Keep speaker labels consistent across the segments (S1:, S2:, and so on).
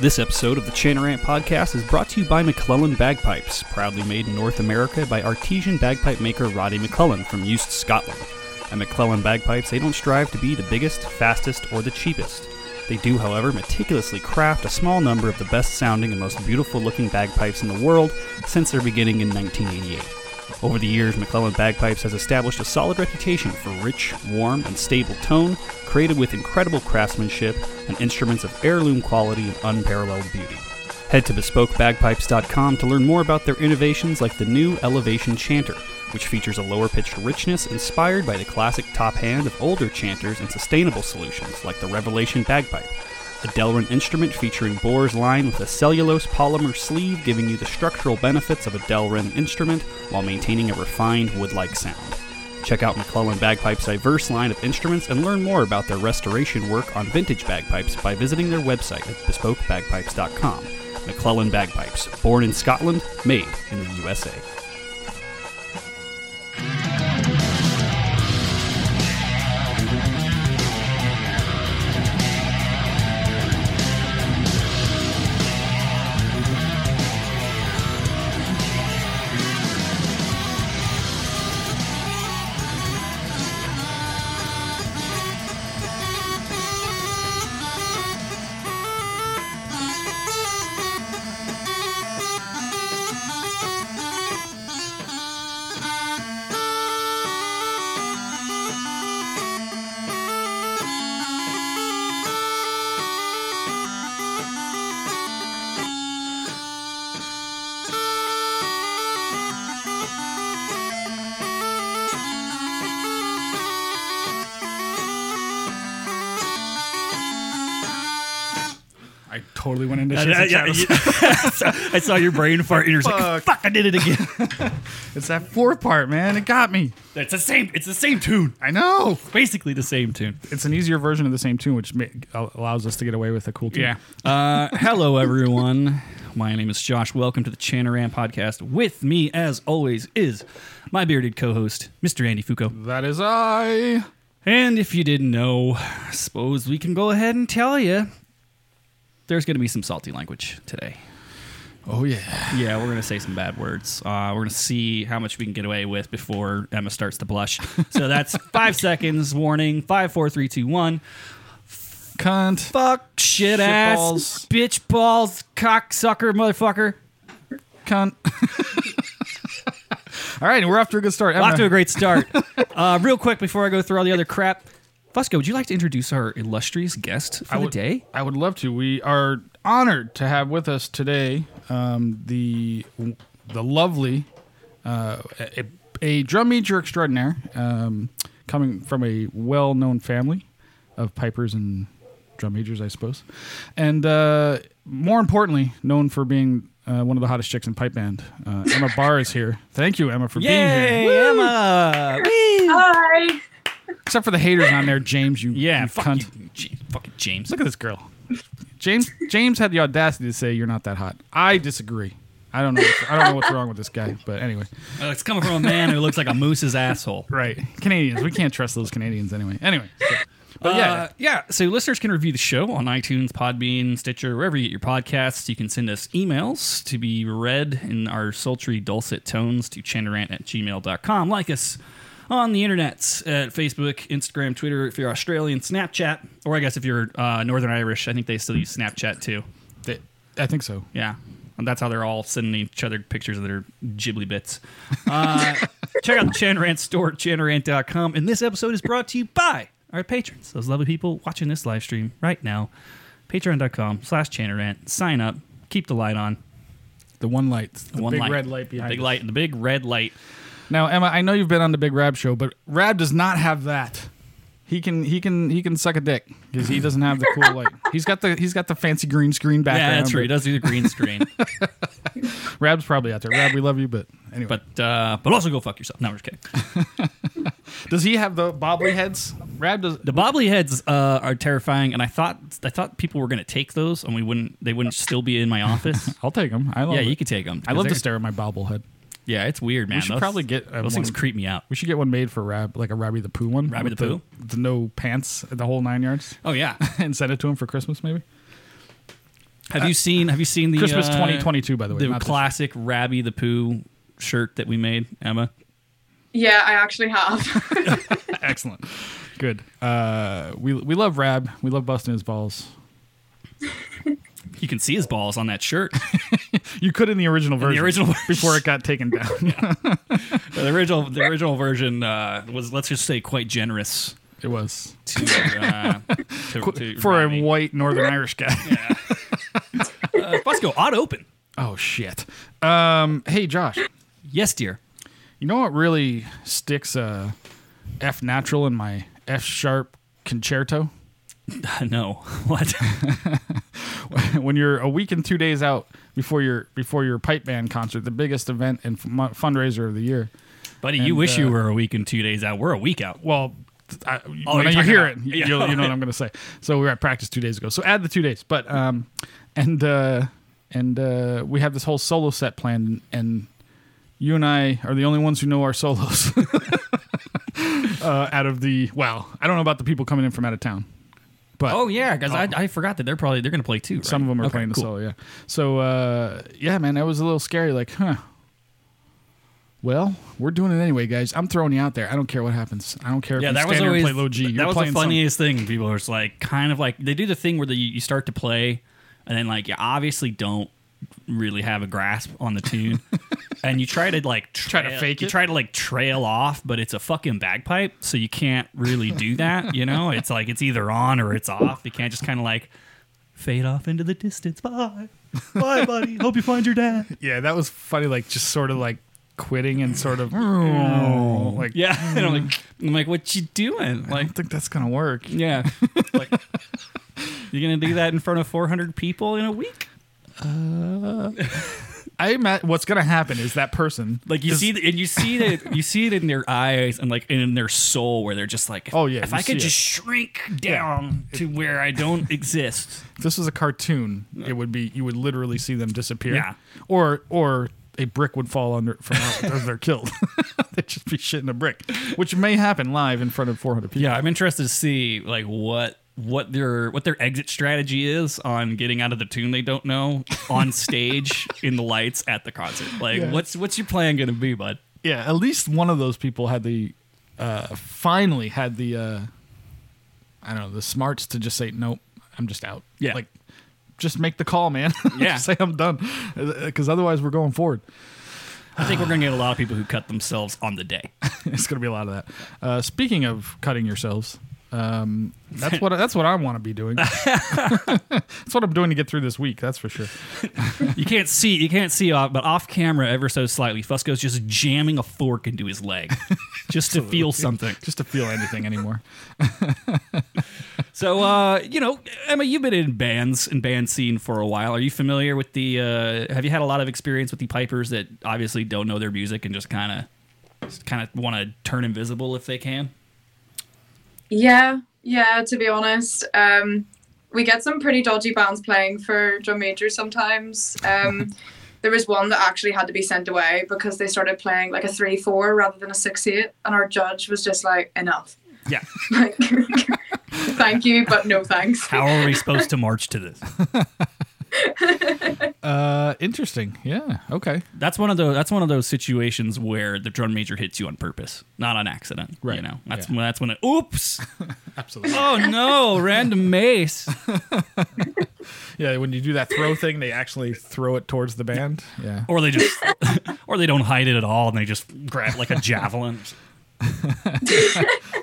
S1: This episode of the Chanarant Podcast is brought to you by McClellan Bagpipes, proudly made in North America by artesian bagpipe maker Roddy McClellan from Eust, Scotland. At McClellan Bagpipes, they don't strive to be the biggest, fastest, or the cheapest. They do, however, meticulously craft a small number of the best sounding and most beautiful looking bagpipes in the world since their beginning in 1988. Over the years, McClellan Bagpipes has established a solid reputation for rich, warm, and stable tone, created with incredible craftsmanship and instruments of heirloom quality and unparalleled beauty. Head to bespokebagpipes.com to learn more about their innovations like the new Elevation Chanter, which features a lower pitched richness inspired by the classic top hand of older chanters and sustainable solutions like the Revelation Bagpipe, a Delrin instrument featuring Bohr's line with a cellulose polymer sleeve giving you the structural benefits of a Delrin instrument while maintaining a refined wood like sound. Check out McClellan Bagpipes' diverse line of instruments and learn more about their restoration work on vintage bagpipes by visiting their website at bespokebagpipes.com. McClellan Bagpipes, born in Scotland, made in the USA.
S2: I totally went into shit.
S3: Yeah, yeah, yeah. I saw your brain fart, and you're just like,
S2: Fuck.
S3: "Fuck! I did it again."
S2: It's that fourth part, man. It got me.
S3: it's the same. It's the same tune.
S2: I know.
S3: Basically, the same tune.
S2: It's an easier version of the same tune, which ma- al- allows us to get away with a cool tune.
S3: Yeah. Uh, hello, everyone. My name is Josh. Welcome to the Chanaran Podcast. With me, as always, is my bearded co-host, Mr. Andy Foucault.
S2: That is I.
S3: And if you didn't know, I suppose we can go ahead and tell you. There's going to be some salty language today.
S2: Oh yeah.
S3: Yeah, we're gonna say some bad words. Uh, we're gonna see how much we can get away with before Emma starts to blush. So that's five seconds warning. Five, four, three, two, one.
S2: Cunt.
S3: Fuck, shit, ass,
S2: balls.
S3: bitch, balls, cocksucker, motherfucker.
S2: Cunt. All right, we're off to a good start.
S3: Off to
S2: Emma,
S3: a great start. Uh, real quick before I go through all the other crap, Fusco, would you like to introduce our illustrious guest for
S2: I
S3: the
S2: would-
S3: day?
S2: I would love to. We are honored to have with us today um, the the lovely uh, a, a drum major extraordinaire um, coming from a well known family of pipers and drum majors, I suppose, and uh, more importantly, known for being. Uh, one of the hottest chicks in pipe band, uh, Emma Barr is here. Thank you, Emma, for being here.
S3: Yay, Emma! Whee!
S4: Hi.
S2: Except for the haters on there, James. You,
S3: Yeah,
S2: you
S3: fuck
S2: cunt.
S3: you, J- fucking James.
S2: Look at this girl. James James had the audacity to say you're not that hot. I disagree. I don't know. I don't know what's wrong with this guy, but anyway,
S3: Uh, it's coming from a man who looks like a moose's asshole.
S2: right? Canadians, we can't trust those Canadians anyway. Anyway, so- but
S3: Uh, yeah. So listeners can review the show on iTunes, Podbean, Stitcher, wherever you get your podcasts. You can send us emails to be read in our sultry, dulcet tones to chandarant at gmail.com. Like us on the internets at Facebook, Instagram, Twitter, if you're Australian, Snapchat, or I guess if you're uh, Northern Irish, I think they still use Snapchat too.
S2: yeah, I think so.
S3: Yeah. And that's how they're all sending each other pictures of their ghibli bits. Uh, check out the Chanrant store at chanrant.com. And this episode is brought to you by our patrons, those lovely people watching this live stream right now. Patreon.com slash chanrant. Sign up. Keep the light on.
S2: The one light, the
S3: One
S2: big
S3: light.
S2: red light behind.
S3: Big
S2: us.
S3: light. The big red light.
S2: Now, Emma, I know you've been on the Big Rab show, but Rab does not have that. He can he can he can suck a dick because he doesn't have the cool light. He's got the he's got the fancy green screen background.
S3: Yeah, that's right. It
S2: but
S3: does do the green screen.
S2: Rab's probably out there. Rab, we love you, but anyway.
S3: but uh, but also go fuck yourself. No, I'm just kidding.
S2: does he have the bobbly heads? Rab does.
S3: The bobbly heads uh, are terrifying, and I thought I thought people were gonna take those, and we wouldn't. They wouldn't still be in my office.
S2: I'll take him. I love
S3: yeah,
S2: it.
S3: you could take them.
S2: I love to stare at my bobblehead.
S3: Yeah, it's weird, man.
S2: should
S3: Those-
S2: probably get, uh,
S3: those things
S2: one.
S3: creep me out.
S2: We should get one made for Rab, like a Rabby the Pooh one.
S3: Rabby
S2: with
S3: the Pooh?
S2: The no pants, the whole nine yards,
S3: Oh yeah,
S2: and send it to him for Christmas, maybe.
S3: Have you seen? Have you seen the
S2: Christmas
S3: uh,
S2: 2022, by the way,
S3: the
S2: not this-
S3: classic Rabby the Pooh shirt that we made, Emma?
S4: Yeah, I actually have.
S2: Excellent. Good. Uh, we we love Rab. We love busting his balls.
S3: You can see his balls on that shirt.
S2: You could in the original version.
S3: original version.
S2: before it got taken down.
S3: the original, the original version uh, was, let's just say, quite generous
S2: It was
S3: to, uh, to, to
S2: for
S3: Rabby.
S2: a white Northern Irish guy.
S3: uh, Bosco odd open.
S2: Oh shit. Um, hey Josh,
S3: Yes, dear.
S2: you know what really sticks uh, F natural in my F sharp concerto?
S3: no, what?
S2: when you're a week and two days out before your before your pipe band concert, the biggest event and f- mu- fundraiser of the year.
S3: Buddy, you
S2: And,
S3: wish
S2: uh,
S3: you were a week and two days out. We're a week out.
S2: Well, th- I,
S3: Oh, you're
S2: when you
S3: talking
S2: hear
S3: about-
S2: it,
S3: yeah.
S2: you you know what I'm going to say. So we were at practice two days ago. So add the two days, but um, and uh, and uh, we have this whole solo set planned, and you and I are the only ones who know our solos. uh, out of the well, I don't know about the people coming in from out of town, but
S3: Oh yeah, because I, I forgot that they're probably they're gonna play two. Right?
S2: Some of them are
S3: Okay,
S2: playing the
S3: cool.
S2: solo, yeah. So uh, yeah, man, that was a little scary. Like, huh? Well, we're doing it anyway, guys. I'm throwing you out there. I don't care what happens. I don't care if
S3: Yeah,
S2: you
S3: that
S2: stand
S3: was
S2: there
S3: always
S2: and play low G.
S3: that
S2: You're
S3: was the
S2: playing some-
S3: funniest thing. People are just like kind of like they do the thing where the, you start to play and then like you obviously don't really have a grasp on the tune and you try to like
S2: to
S3: trail-
S2: fake
S3: you
S2: it?
S3: try to like trail off but it's a fucking bagpipe so you can't really do that you know it's like it's either on or it's off you can't just kind of like fade off into the distance bye bye buddy hope you find your dad
S2: Yeah, that was funny. Like just sort of like quitting and sort of like
S3: Mm. yeah and i'm like i'm like what you doing like
S2: I don't think that's gonna work.
S3: Yeah. like, you're going to do that in front of 400 people in a week?
S2: I met what's gonna happen is that person
S3: Like you
S2: is-
S3: see, the, and you see that you see it in their eyes and like in their soul, where they're just like,
S2: Oh, yeah,
S3: if I
S2: you
S3: could
S2: see it.
S3: just shrink down to where I don't exist."
S2: if this was a cartoon, it would be you would literally see them disappear.
S3: Yeah.
S2: Or or a brick would fall under from out as they're killed. They'd just be shitting a brick, which may happen live in front of 400 people.
S3: Yeah, I'm interested to see like what what their what their exit strategy is on getting out of the tune they don't know on stage in the lights at the concert. Like, what's what's your plan going to be, bud?
S2: Yeah, at least one of those people had the uh, finally had the uh, I don't know the smarts to just say nope, I'm just out.
S3: Yeah.
S2: like just make the call, man.
S3: Yeah.
S2: just say I'm done, because otherwise we're going forward.
S3: I think we're going to get a lot of people who cut themselves on the day.
S2: it's gonna be a lot of that. Uh, speaking of cutting yourselves, um, that's what that's what I want to be doing. that's what I'm doing to get through this week. That's for sure.
S3: You can't see, you can't see off, but off camera, ever so slightly, Fusco's just jamming a fork into his leg just to feel something.
S2: Just to feel anything anymore.
S3: So, uh, you know, Emma, you've been in bands and band scene for a while. Are you familiar with the? Uh, have you had a lot of experience with the pipers that obviously don't know their music and just kind of, kind of want to turn invisible if they can?
S4: yeah, yeah, to be honest. Um, we get some pretty dodgy bands playing for drum majors sometimes. Um, there was one that actually had to be sent away because they started playing like a 3 4 rather than a 6 8, and our judge was just like, enough.
S3: Yeah.
S4: Like, thank you, but no thanks.
S3: How are we supposed to march to this?
S2: Uh, interesting. Yeah. Okay.
S3: That's one of those. That's one of those situations where the drum major hits you on purpose, not on accident. Right. You
S2: Right.
S3: know, that's
S2: Yeah.
S3: when. That's when it. Oops.
S2: Absolutely.
S3: Oh no! Random mace.
S2: Yeah. When you do that throw thing, they actually throw it towards the band. Yeah.
S3: or they just or they don't hide it at all and they just grab like a javelin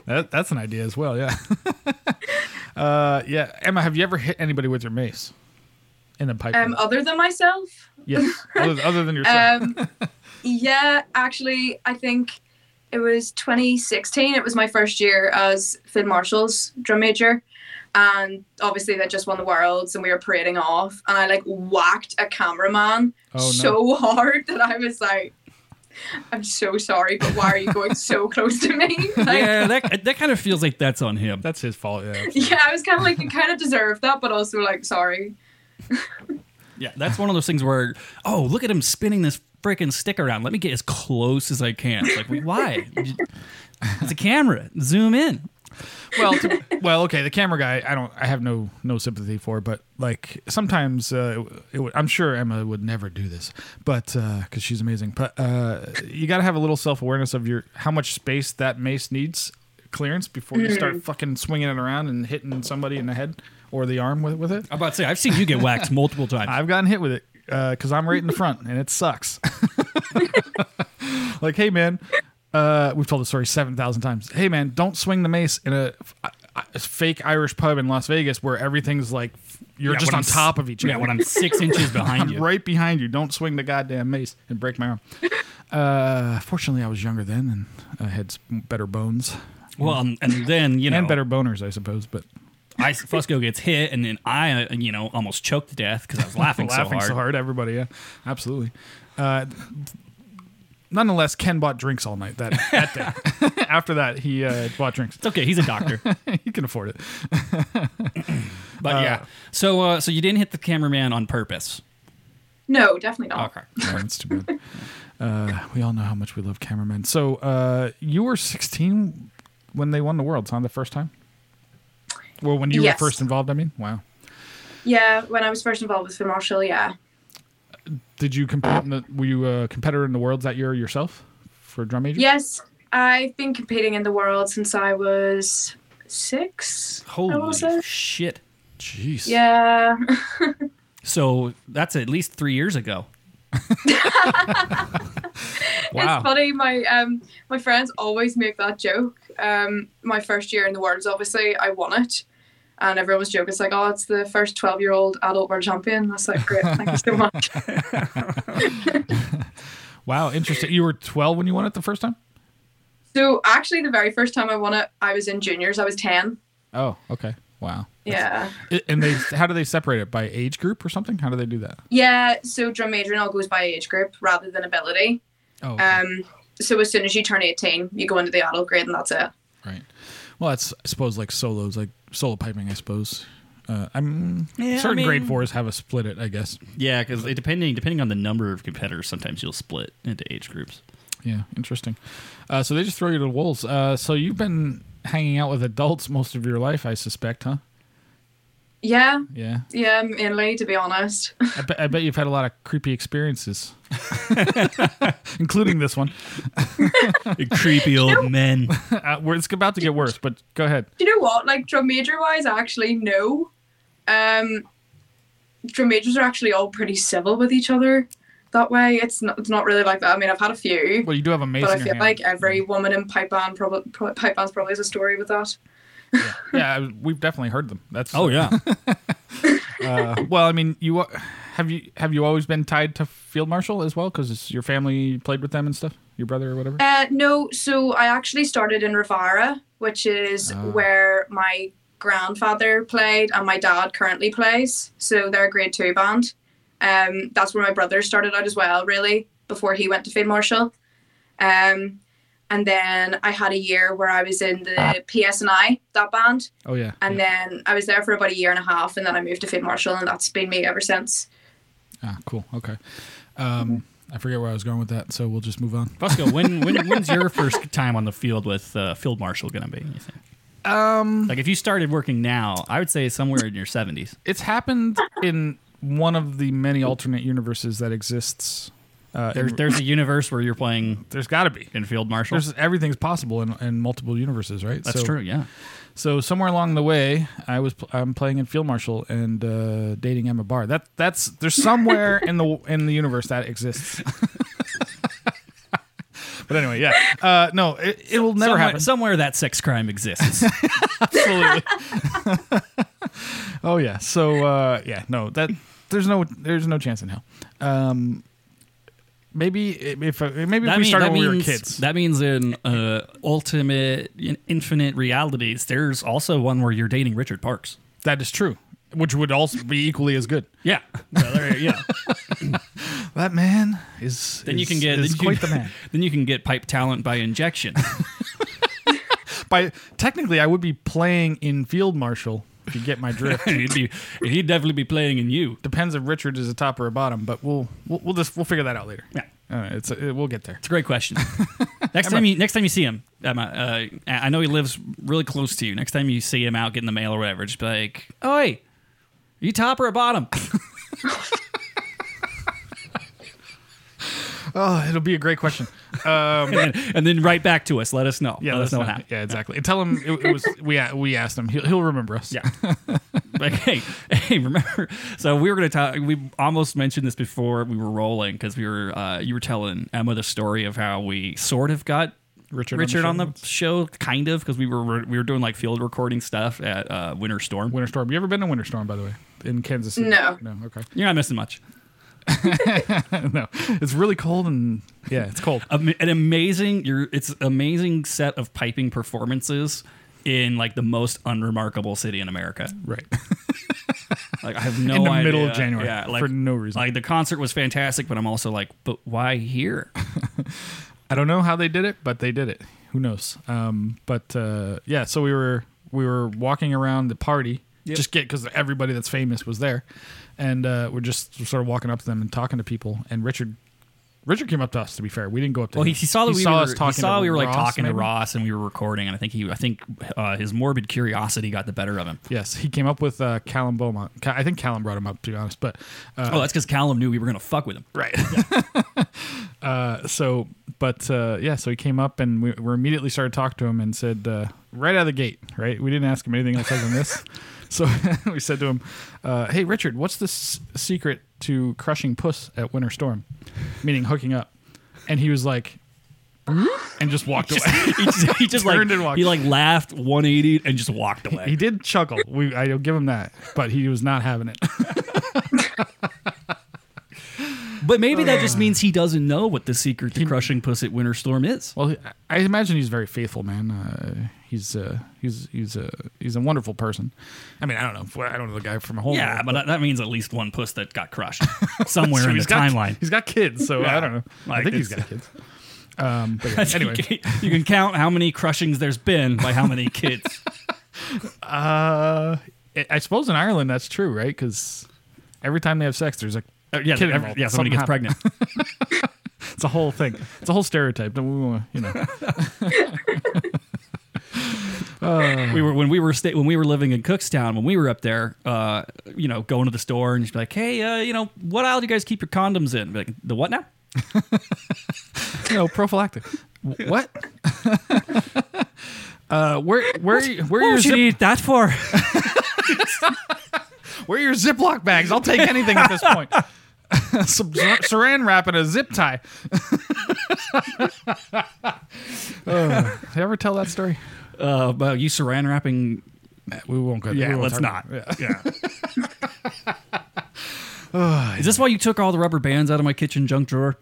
S2: That, that's an idea as well. Yeah. uh, yeah. Emma, have you ever hit anybody with your mace? In the pipe.
S4: Um, other than myself,
S2: yes. Other, other than yourself.
S4: um, yeah, actually, I think it was 2016. It was my first year as Finn Marshall's drum major. And obviously, they just won the Worlds and we were parading off. And I like whacked a cameraman
S2: Oh, no.
S4: so hard that I was like, I'm so sorry, but why are you going so close to me? Like,
S3: yeah that, that kind of feels like that's on him
S2: that's his fault. Yeah.
S4: yeah, I was kind of like, you kind of deserve that, but also like, sorry.
S3: yeah that's one of those things where oh look at him spinning this freaking stick around. Let me get as close as I can. It's like, why? it's a camera. Zoom in.
S2: well, to- well, okay. The camera guy, I don't, I have no no sympathy for, but like sometimes, uh, it, would I'm sure Emma would never do this, but because she's amazing. But uh, you got to have a little self awareness of your how much space that mace needs clearance before you start fucking swinging it around and hitting somebody in the head or the arm with with it.
S3: I'm about to say, I've seen you get whacked multiple times.
S2: I've gotten hit with it because I'm right in the front and it sucks. like, hey man, uh, we've told the story seven thousand times. Hey man, don't swing the mace in a, a fake Irish pub in Las Vegas where everything's like you're
S3: Yeah,
S2: just
S3: when
S2: on
S3: I'm s-
S2: top of each other.
S3: Yeah, when I'm six inches behind you.
S2: right behind you. Don't swing the goddamn mace and break my arm. Uh, fortunately, I was younger then and I had s- better bones
S3: Well, and, and then, you know,
S2: and better boners, I suppose. But
S3: I, Fusco gets hit, and then I, uh, you know, almost choked to death because I was laughing,
S2: laughing so hard, everybody. Yeah, absolutely. Uh, nonetheless, Ken bought drinks all night that, that day. After that, he uh, bought drinks.
S3: It's okay. He's a doctor.
S2: he can afford it.
S3: But yeah. So, uh, so you didn't hit the cameraman on purpose.
S4: No, definitely not.
S2: No, that's too bad. Uh, we all know how much we love cameramen. So uh, you were 16 when they won the world, huh? The first time. Well, when you
S4: Yes.
S2: were first involved, I mean, wow.
S4: Yeah, when I was first involved with Finn Marshall, yeah.
S2: Did you compete? In the, were you a competitor in the worlds that year yourself for drum major?
S4: Yes, I've been competing in the world since I was six. I wanna
S3: Holy
S4: say.
S3: shit.
S2: Jeez.
S4: Yeah.
S3: So that's at least three years ago.
S2: Wow.
S4: It's funny. My um my friends always make that joke. Um, my first year in the worlds, obviously, I won it, and everyone was joking. It's like, oh, it's the first twelve-year-old adult world champion. That's like great. Thank you so much.
S2: Wow. Interesting. You were 12 when you won it the first time.
S4: so actually, the very first time I won it, I was in juniors. I was ten.
S2: Oh, okay. Wow.
S4: Yeah.
S2: I- And they how do they separate it by age group or something? How do they do that?
S4: Yeah. So drum majoring all goes by age group rather than ability.
S2: Oh, okay.
S4: Um. So as soon as you turn eighteen, you go into the adult grade, and that's it.
S2: right. Well, that's I suppose like solos, like solo piping. I suppose. Uh, I'm
S3: Yeah, I
S2: certain grade
S3: mean-
S2: fours have a split it. I guess.
S3: Yeah, because depending depending on the number of competitors, sometimes you'll split into age groups.
S2: Yeah, interesting. Uh, so they just throw you to the wolves. Uh, so you've been hanging out with adults most of your life, I suspect, huh?
S4: Yeah.
S2: Yeah.
S4: Yeah. Mainly, to be honest.
S2: I, bet I bet you've had a lot of creepy experiences, including this one.
S3: Creepy old men.
S2: Uh, where it's about to get worse, but go ahead.
S4: Do you know what? Like drum major wise, actually no. Um, drum majors are actually all pretty civil with each other. That way, it's not it's not really like that. I mean, I've had a few,
S2: Well, you do have a mace.
S4: but I
S2: in your
S4: feel
S2: hand.
S4: like every woman in pipe band probably pipe band's probably has a story with that.
S2: yeah, I- we've definitely heard them. That's
S3: Oh yeah.
S2: Uh, well, I mean, you have you have you always been tied to field marshal as well? Because your family played with them and stuff. Your brother or whatever.
S4: Uh, no, so I actually started in Rivara, which is
S2: Ah.
S4: where my grandfather played and my dad currently plays. So they're a grade two band. Um, that's where my brother started out as well, really, before he went to Finn Marshall. Um, and then I had a year where I was in the PSNI, that band.
S2: Oh yeah.
S4: And
S2: Ah. yeah.
S4: then I was there for about a year and a half, and then I moved to Finn Marshall, and that's been me ever since.
S2: ah, cool. Okay. Um,
S4: Mm-hmm.
S2: I forget where I was going with that, so we'll just move on.
S3: Fusco, when, when when's your first time on the field with uh, field marshal gonna be? You think? Um, like if you started working now, I would say somewhere in your seventies.
S2: It's happened in one of the many alternate universes that exists. Uh,
S3: There's
S2: in-
S3: there's a universe where you're playing
S2: there's got to be.
S3: in field marshal.
S2: There's everything's possible in, in multiple universes, right?
S3: That's
S2: So-
S3: true. Yeah.
S2: So somewhere along the way, I was pl- I'm playing in Field Marshal and uh, dating Emma Barr. That that's there's somewhere in the in the universe that exists. but anyway, yeah, uh, no, it, it will never
S3: somewhere,
S2: happen.
S3: Somewhere that sex crime exists.
S2: Absolutely. oh yeah. So uh, yeah, no, that there's no there's no chance in hell. Um, maybe if if- maybe if we
S3: mean-
S2: started when we were
S3: means-
S2: kids.
S3: That means in uh, ultimate, in infinite realities, there's also one where you're dating Richard Parks.
S2: that is true, which would also be equally as good.
S3: Yeah, yeah.
S2: That man is
S3: then you
S2: is-
S3: can get
S2: is
S3: then you
S2: quite the
S3: can-
S2: man.
S3: Then you can get pipe talent by injection.
S2: By technically, I would be playing in field marshal. If you get my drift.
S3: he'd be, he'd definitely be playing in you.
S2: Depends if Richard is a top or a bottom, but we'll we'll, we'll just we'll figure that out later.
S3: Yeah.
S2: Uh, it's it, we'll get there.
S3: It's a great question. next time you next time you see him, um, uh, uh, I know he lives really close to you. Next time you see him out getting the mail or whatever, just be like, "Oi, are you top or bottom?"
S2: Oh, it'll be a great question. Um,
S3: and, then, and then right back to us. Let us know. let us
S2: that's
S3: know what
S2: not-
S3: happened.
S2: Yeah, exactly. And Tell him it, it was we a- we asked him. He'll, he'll remember us.
S3: Yeah. like, hey, hey, remember? So we were gonna talk. We almost mentioned this before we were rolling because we were. Uh, you were telling Emma the story of how we sort of got
S2: Richard on the
S3: Richard
S2: show
S3: on the
S2: once.
S3: show, kind of because we were we were doing like field recording stuff at uh, Winter Storm.
S2: Winter storm. You ever been to winter storm? By the way, in Kansas City.
S4: No.
S2: No. Okay.
S3: You're not missing much.
S2: no. It's really cold and yeah, it's cold.
S3: Am- An amazing. Your it's amazing set of piping performances in like the most unremarkable city in America.
S2: Right.
S3: Like I have no
S2: In the
S3: idea.
S2: middle of January,
S3: Yeah,
S2: for no reason.
S3: Like the concert was fantastic, but I'm also like, but why here?
S2: I don't know how they did it, but they did it. Who knows? Um, but uh, yeah, so we were we were walking around the party, just get because everybody that's famous was there, and uh, we're just sort of walking up to them and talking to people. And Richard, Richard came up to us. To be fair, we didn't go up to.
S3: Well,
S2: him.
S3: he, he saw that we were, he saw
S2: to
S3: we were like
S2: Ross,
S3: talking to
S2: maybe?
S3: Ross and we were recording, and I think he, I think uh, his morbid curiosity got the better of him.
S2: Yes, he came up with uh, Callum Beaumont. Ca- I think Callum brought him up to be honest, but uh,
S3: Oh, that's because Callum knew we were gonna fuck with him.
S2: Right. uh, so, but uh, yeah, so he came up and we, we immediately started talking to him and said, uh, right out of the gate, right? We didn't ask him anything else other than this. So we said to him, uh, hey, Richard, what's the s- secret to crushing puss at Winter Storm? Meaning hooking up. And he was like, "Hmm?" and just walked away.
S3: He just, he just like
S2: Turned and walked.
S3: he like laughed 180 and just walked
S2: He
S3: away.
S2: did chuckle. We, I'll give him that, but he was not having it.
S3: But maybe that just means he doesn't know what the secret to crushing puss at Winter Storm is.
S2: Well, I- I imagine he's very faithful, man. Uh, he's uh, he's he's a he's a wonderful person. I mean, I don't know. if- I don't know the guy from a whole.
S3: Yeah, but that- that means at least one puss that got crushed somewhere in the
S2: he's got,
S3: timeline.
S2: He's got kids, so I don't know. I
S3: Like,
S2: think he's
S3: it's-
S2: got kids. Um, but yeah, anyway,
S3: you can count how many crushings there's been by how many kids.
S2: uh, I- I suppose in Ireland that's true, right? Because every time they have sex, there's a
S3: Uh, yeah,
S2: Kid
S3: every-
S2: involved.
S3: yeah, somebody
S2: Something
S3: gets
S2: happened.
S3: pregnant.
S2: it's a whole thing. It's a whole stereotype. Don't we want you know?
S3: we were when we were sta- when we were living in Cookstown when we were up there, uh, you know, going to the store and just be like, hey, uh, you know, what aisle do you guys keep your condoms in? Be like the what now?
S2: you know, prophylactic. W- What? uh, where where where are your zip
S3: need that for?
S2: Where are your Ziploc bags? I'll take anything at this point. Some sar- saran wrap and a zip tie. oh, did I ever tell that story?
S3: uh, but you saran wrapping?
S2: Uh, We won't go.
S3: Yeah,
S2: we won't
S3: let's
S2: talk
S3: not.
S2: about it.
S3: Yeah. Is this why you took all the rubber bands out of my kitchen junk drawer?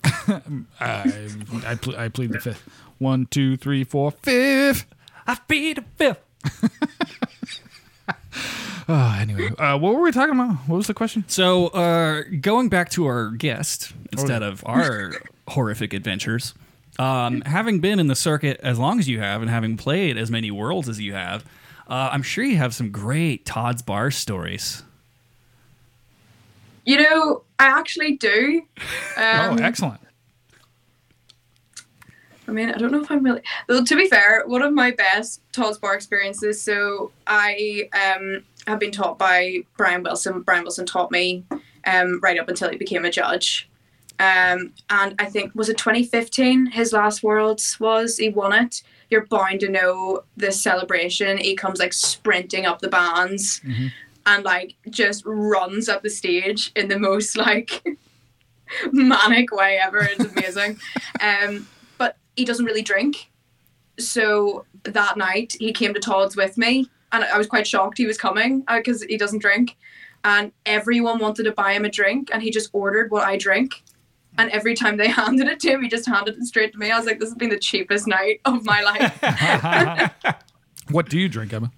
S2: I, I, ple- I plead the fifth. One, two, three, four, fifth.
S3: I feed a fifth.
S2: Oh, anyway, uh, what were we talking about? What was the question?
S3: So, uh, going back to our guest instead of our horrific adventures, um, having been in the circuit as long as you have and having played as many worlds as you have, uh, I'm sure you have some great Todd's Bar stories.
S4: You know, I actually do.
S2: oh,
S4: Um,
S2: excellent.
S4: I mean, I don't know if I'm really. Well, to be fair, one of my best Todd's Bar experiences. So I um, have been taught by Brian Wilson. Brian Wilson taught me um, right up until he became a judge. Um, and I think was it 2015? His last Worlds was he won it. You're bound to know this celebration. He comes like sprinting up the bands and like just runs up the stage in the most like manic way ever. It's amazing. um, but he doesn't really drink. So that night he came to Todd's with me, and I was quite shocked he was coming because he doesn't drink. And everyone wanted to buy him a drink, and he just ordered what I drink. And every time they handed it to him, he just handed it straight to me. I was like, "This has been the cheapest night of my life."
S2: What do you drink, Emma?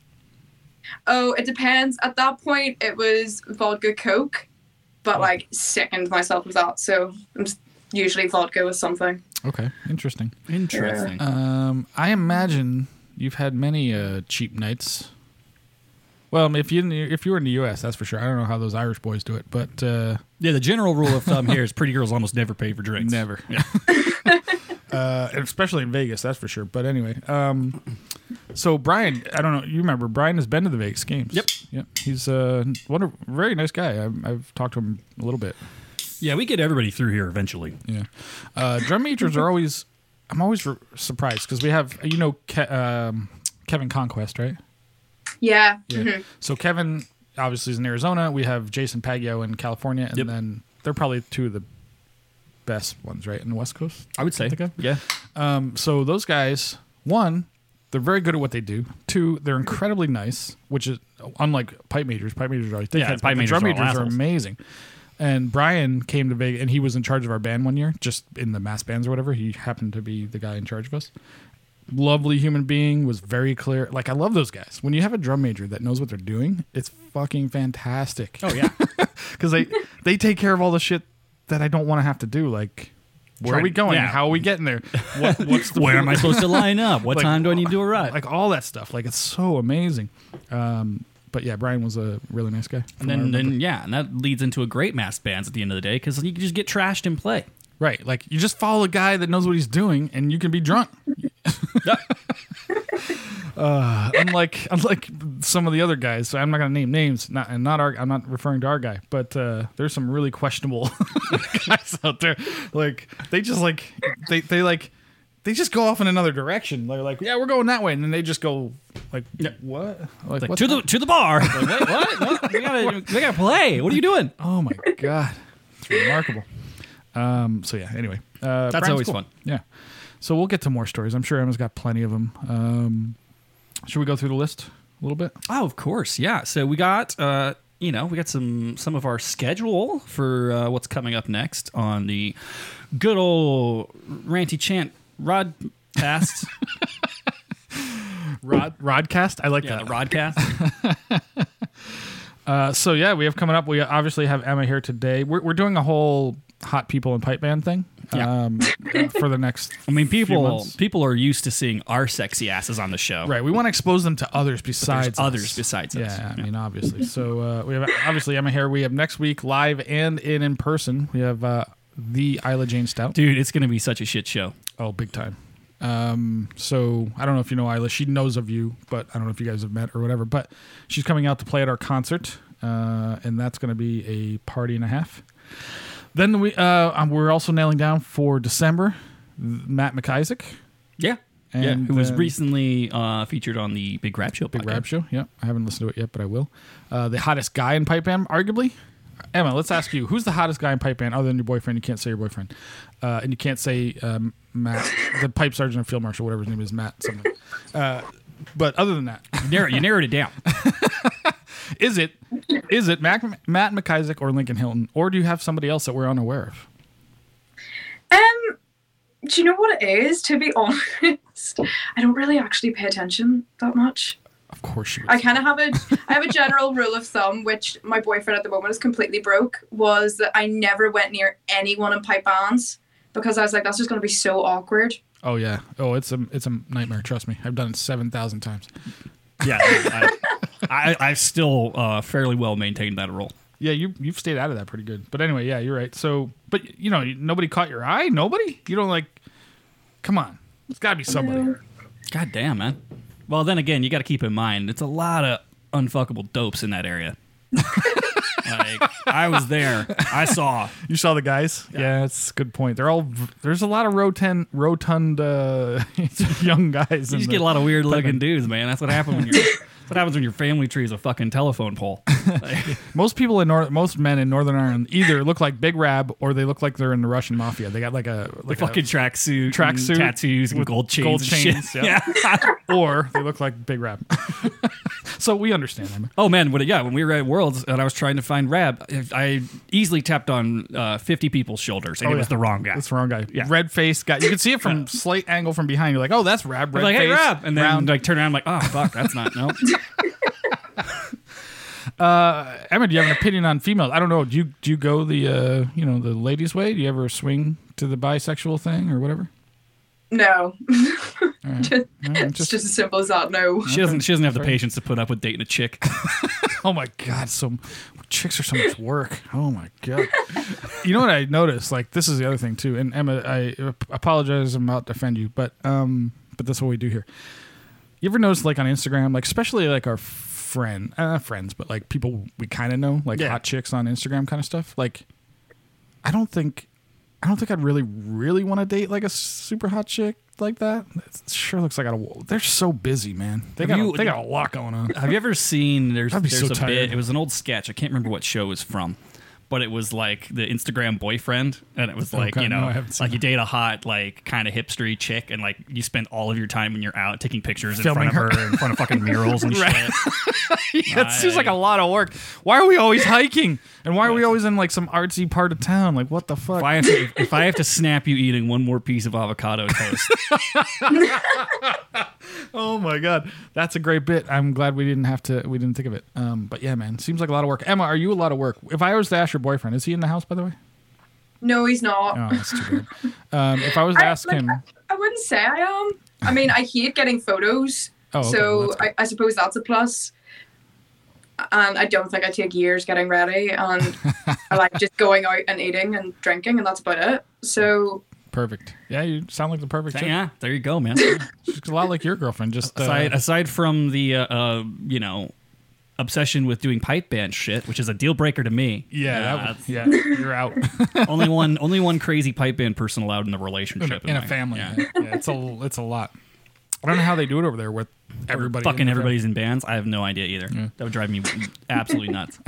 S4: oh, it depends. At that point, it was vodka coke, but like sickened myself with that. So I'm s- usually vodka with something.
S2: Okay, interesting.
S3: Interesting.
S2: Um, I imagine you've had many uh, cheap nights. Well, if you if you were in the U.S., that's for sure. I don't know how those Irish boys do it, but uh,
S3: Yeah, the general rule of thumb here is pretty girls almost never pay for drinks.
S2: Never. uh, especially in Vegas, that's for sure. But anyway, um, so Brian, I don't know. You remember Brian has been to the Vegas games.
S3: Yep.
S2: Yep. He's a wonder, very nice guy. I've, I've talked to him a little bit.
S3: Yeah, we get everybody through here eventually.
S2: Yeah. Uh, drum majors are always. I'm always r surprised because we have you know Ke- um, Kevin Conquest, right?
S4: Yeah. Mm-hmm.
S2: Yeah. Mm-hmm. So Kevin obviously is in Arizona. We have Jason Pagio in California, and
S3: Yep.
S2: then they're probably two of the best ones, right, in the West Coast.
S3: I would say.
S2: Think of?
S3: Yeah.
S2: Um, so those guys, one, they're very good at what they do. Two, they're incredibly nice, which is unlike pipe majors. Pipe majors are always
S3: Yeah, pipe
S2: dickheads, but the
S3: majors
S2: drum
S3: are all
S2: majors are
S3: assholes.
S2: amazing. And Brian came to Vegas, and he was in charge of our band one year, just in the mass bands or whatever. He happened to be the guy in charge of us. Lovely human being, was very clear. Like I love those guys. When you have a drum major that knows what they're doing, it's fucking fantastic.
S3: Oh yeah.
S2: because they they take care of all the shit that I don't want to have to do. Like, where
S3: Try-
S2: are we going?
S3: yeah.
S2: How are we getting there? What, what's the
S3: Where am I supposed to line up? What
S2: Like,
S3: time do I need to arrive?
S2: like all that stuff. Like it's so amazing. Um, but yeah, Brian was a really nice guy. from
S3: and
S2: what
S3: then,
S2: I remember.
S3: then yeah, and that leads into a great mass bands at the end of the day because you can just get trashed and play.
S2: right, like you just follow a guy that knows what he's doing, and you can be drunk. uh, unlike unlike some of the other guys, so I'm not gonna name names. Not and not our. I'm not referring to our guy, but uh, there's some really questionable guys out there. Like they just like they they like they just go off in another direction. They're like, yeah, we're going that way, and then they just go like, what? Like,
S3: Like
S2: what
S3: to
S2: the-
S3: the to the bar. like, wait, what? what? They gotta, they gotta play. What are you doing?
S2: Oh my god, it's remarkable. Um, so yeah. Anyway, uh, Brian's
S3: always fun.
S2: Yeah. So we'll get to more stories. I'm sure Emma's got plenty of them. Um, should we go through the list a little bit?
S3: Oh, of course, yeah. So we got, uh, you know, we got some some of our schedule for uh, what's coming up next on the good old ranty chant rod cast.
S2: Rod Rodcast. I like
S3: yeah, the
S2: that.
S3: rodcast.
S2: Uh, so yeah, we have coming up. We obviously have Emma here today. We're, we're doing a whole hot people and pipe band thing.
S3: Yeah.
S2: Um, for the next.
S3: I mean, people
S2: months.
S3: people are used to seeing our sexy asses on the show.
S2: Right, we want to expose them to others besides us.
S3: others besides us.
S2: Yeah, I mean, obviously. So uh, we have obviously Emma here. We have next week live and in in person. We have uh, the Isla Jane Stout.
S3: Dude, it's gonna be such a shit show.
S2: Oh, big time. Um, so I don't know if you know Isla. She knows of you, but I don't know if you guys have met or whatever. But she's coming out to play at our concert, uh, and that's going to be a party and a half. Then we uh, um, we're also nailing down for December th- Matt McIsaac,
S3: Yeah. yeah,
S2: And
S3: who was
S2: then-
S3: recently uh, featured on the Big Rap Show?
S2: Big
S3: podcast.
S2: Rap Show. Yeah, I haven't listened to it yet, but I will. Uh, the hottest guy in pipe band, arguably. Emma, let's ask you: Who's the hottest guy in pipe band other than your boyfriend? You can't say your boyfriend, uh, and you can't say um, Matt, the pipe sergeant or field marshal, whatever his name is, Matt something. Uh, but other than that,
S3: Narrow, you narrowed it down.
S2: is it is it Mac, Matt McIsaac or Lincoln Hilton, or do you have somebody else that we're unaware of?
S4: Um, do you know what it is? To be honest, I don't really actually pay attention that much.
S2: Of course, you. would.
S4: I kind of have a I have a general rule of thumb, which my boyfriend at the moment is completely broke. Was that I never went near anyone in pipe bands because I was like, that's just going to be so awkward.
S2: oh yeah. Oh, it's a it's a nightmare. Trust me, I've done it seven thousand times.
S3: yeah, I, I, I still uh, fairly well maintained that role.
S2: Yeah, you you've stayed out of that pretty good. But anyway, yeah, you're right. So, but you know, nobody caught your eye. Nobody. You don't like. Come on, it's got to be somebody.
S4: No.
S3: God damn, man. Well, then again, you got to keep in mind it's a lot of unfuckable dopes in that area. like I was there, I saw.
S2: You saw the guys. Yeah. that's a good point. They're all. There's a lot of rotund, rotund uh, young guys.
S3: You just get a lot of weird looking dudes, man. That's what happens when you're. That's what happens when your family tree is a fucking telephone pole. Like,
S2: Most people in North, most men in Northern Ireland either look like Big Rab or they look like they're in the Russian mafia. They got like a like a-
S3: fucking tracksuit,
S2: Tracksuit
S3: and tattoos, and
S2: with
S3: gold chains,
S2: gold
S3: and
S2: chains,
S3: shit.
S2: yeah.
S3: yeah.
S2: or they look like Big Rab. so we understand them.
S3: Oh man, when, yeah, when we were at Worlds and I was trying to find Rab, I easily tapped on uh, 50 people's shoulders and it was
S2: Oh, yeah.
S3: the wrong guy.
S2: It's the wrong guy.
S3: Yeah.
S2: Red face guy. You can see it from slight angle from behind. You're like, oh, that's Rab. Red
S3: like,
S2: face,
S3: hey, Rab, and then
S2: round.
S3: like turn around, I'm like, oh fuck, that's not no.
S2: Emma, Uh, do you have an opinion on females? I don't know. Do you do you go the uh, you know the ladies' way? Do you ever swing to the bisexual thing or whatever?
S4: No.
S2: right.
S4: Just-
S2: Yeah, I'm
S4: it's
S2: just-
S4: just as simple as that. No.
S3: She doesn't. She doesn't have the
S2: Fair.
S3: patience to put up with dating a chick.
S2: Oh my god, so chicks are so much work. Oh my god. you know what I noticed? Like this is the other thing too. And Emma, I apologize. I'm about to offend you, but um, but that's what we do here. You ever notice like on Instagram, like especially like our friend, uh, friends, but like people we kind of know, like
S3: Yeah.
S2: hot chicks on Instagram, kind of stuff. Like, I don't think, I don't think I'd really, really want to date like a super hot chick like that. It sure looks like I got a. They're so busy, man. They
S3: Have
S2: got,
S3: you-
S2: a, they got a lot going on.
S3: Have you ever seen there's
S2: I'd be
S3: there's
S2: so
S3: a
S2: tired.
S3: bit it was an old sketch. I can't remember what show it was from, but it was like the Instagram boyfriend and it was like,
S2: God,
S3: you
S2: no,
S3: know,
S2: I haven't seen
S3: like you date a hot like kind of hipstery chick and like you spend all of your time when you're out taking pictures
S2: Filming
S3: in front of her in front of fucking murals and shit.
S2: Yeah, it seems like a lot of work. Why are we always hiking? And why are we always in like some artsy part of town? Like what the fuck?
S3: If I, have to, if I have to snap you eating one more piece of avocado toast,
S2: Oh my god, that's a great bit. I'm glad we didn't have to. We didn't think of it. Um, but yeah, man, seems like a lot of work. Emma, are you a lot of work? If I was to ask your boyfriend, is he in the house by the way?
S4: No, he's not.
S2: Oh, that's too good. Um, if I was to
S4: I,
S2: ask
S4: like,
S2: him,
S4: I wouldn't say I am. I mean, I hate getting photos,
S2: Oh, okay, well,
S4: so
S2: that's
S4: I, I suppose that's a plus. And I don't think I take years getting ready, and I like just going out and eating and drinking, and that's about it. So
S2: perfect. Yeah, you sound like the perfect. chick.
S3: yeah, there you go, man.
S2: She's a lot like your girlfriend. Just uh,
S3: aside, aside from the uh, uh, you know obsession with doing pipe band shit, which is a deal breaker to me.
S2: yeah, that
S3: Uh,
S2: would- yeah, you're out
S3: only one only one crazy pipe band person allowed in the
S2: in a,
S3: relationship
S2: in a
S3: my-
S2: family.
S3: yeah.
S2: Yeah. Yeah, it's a it's a lot. I don't know how they do it over there with everybody. in
S3: fucking
S2: the family.
S3: everybody's in bands i have no idea either that would drive me absolutely nuts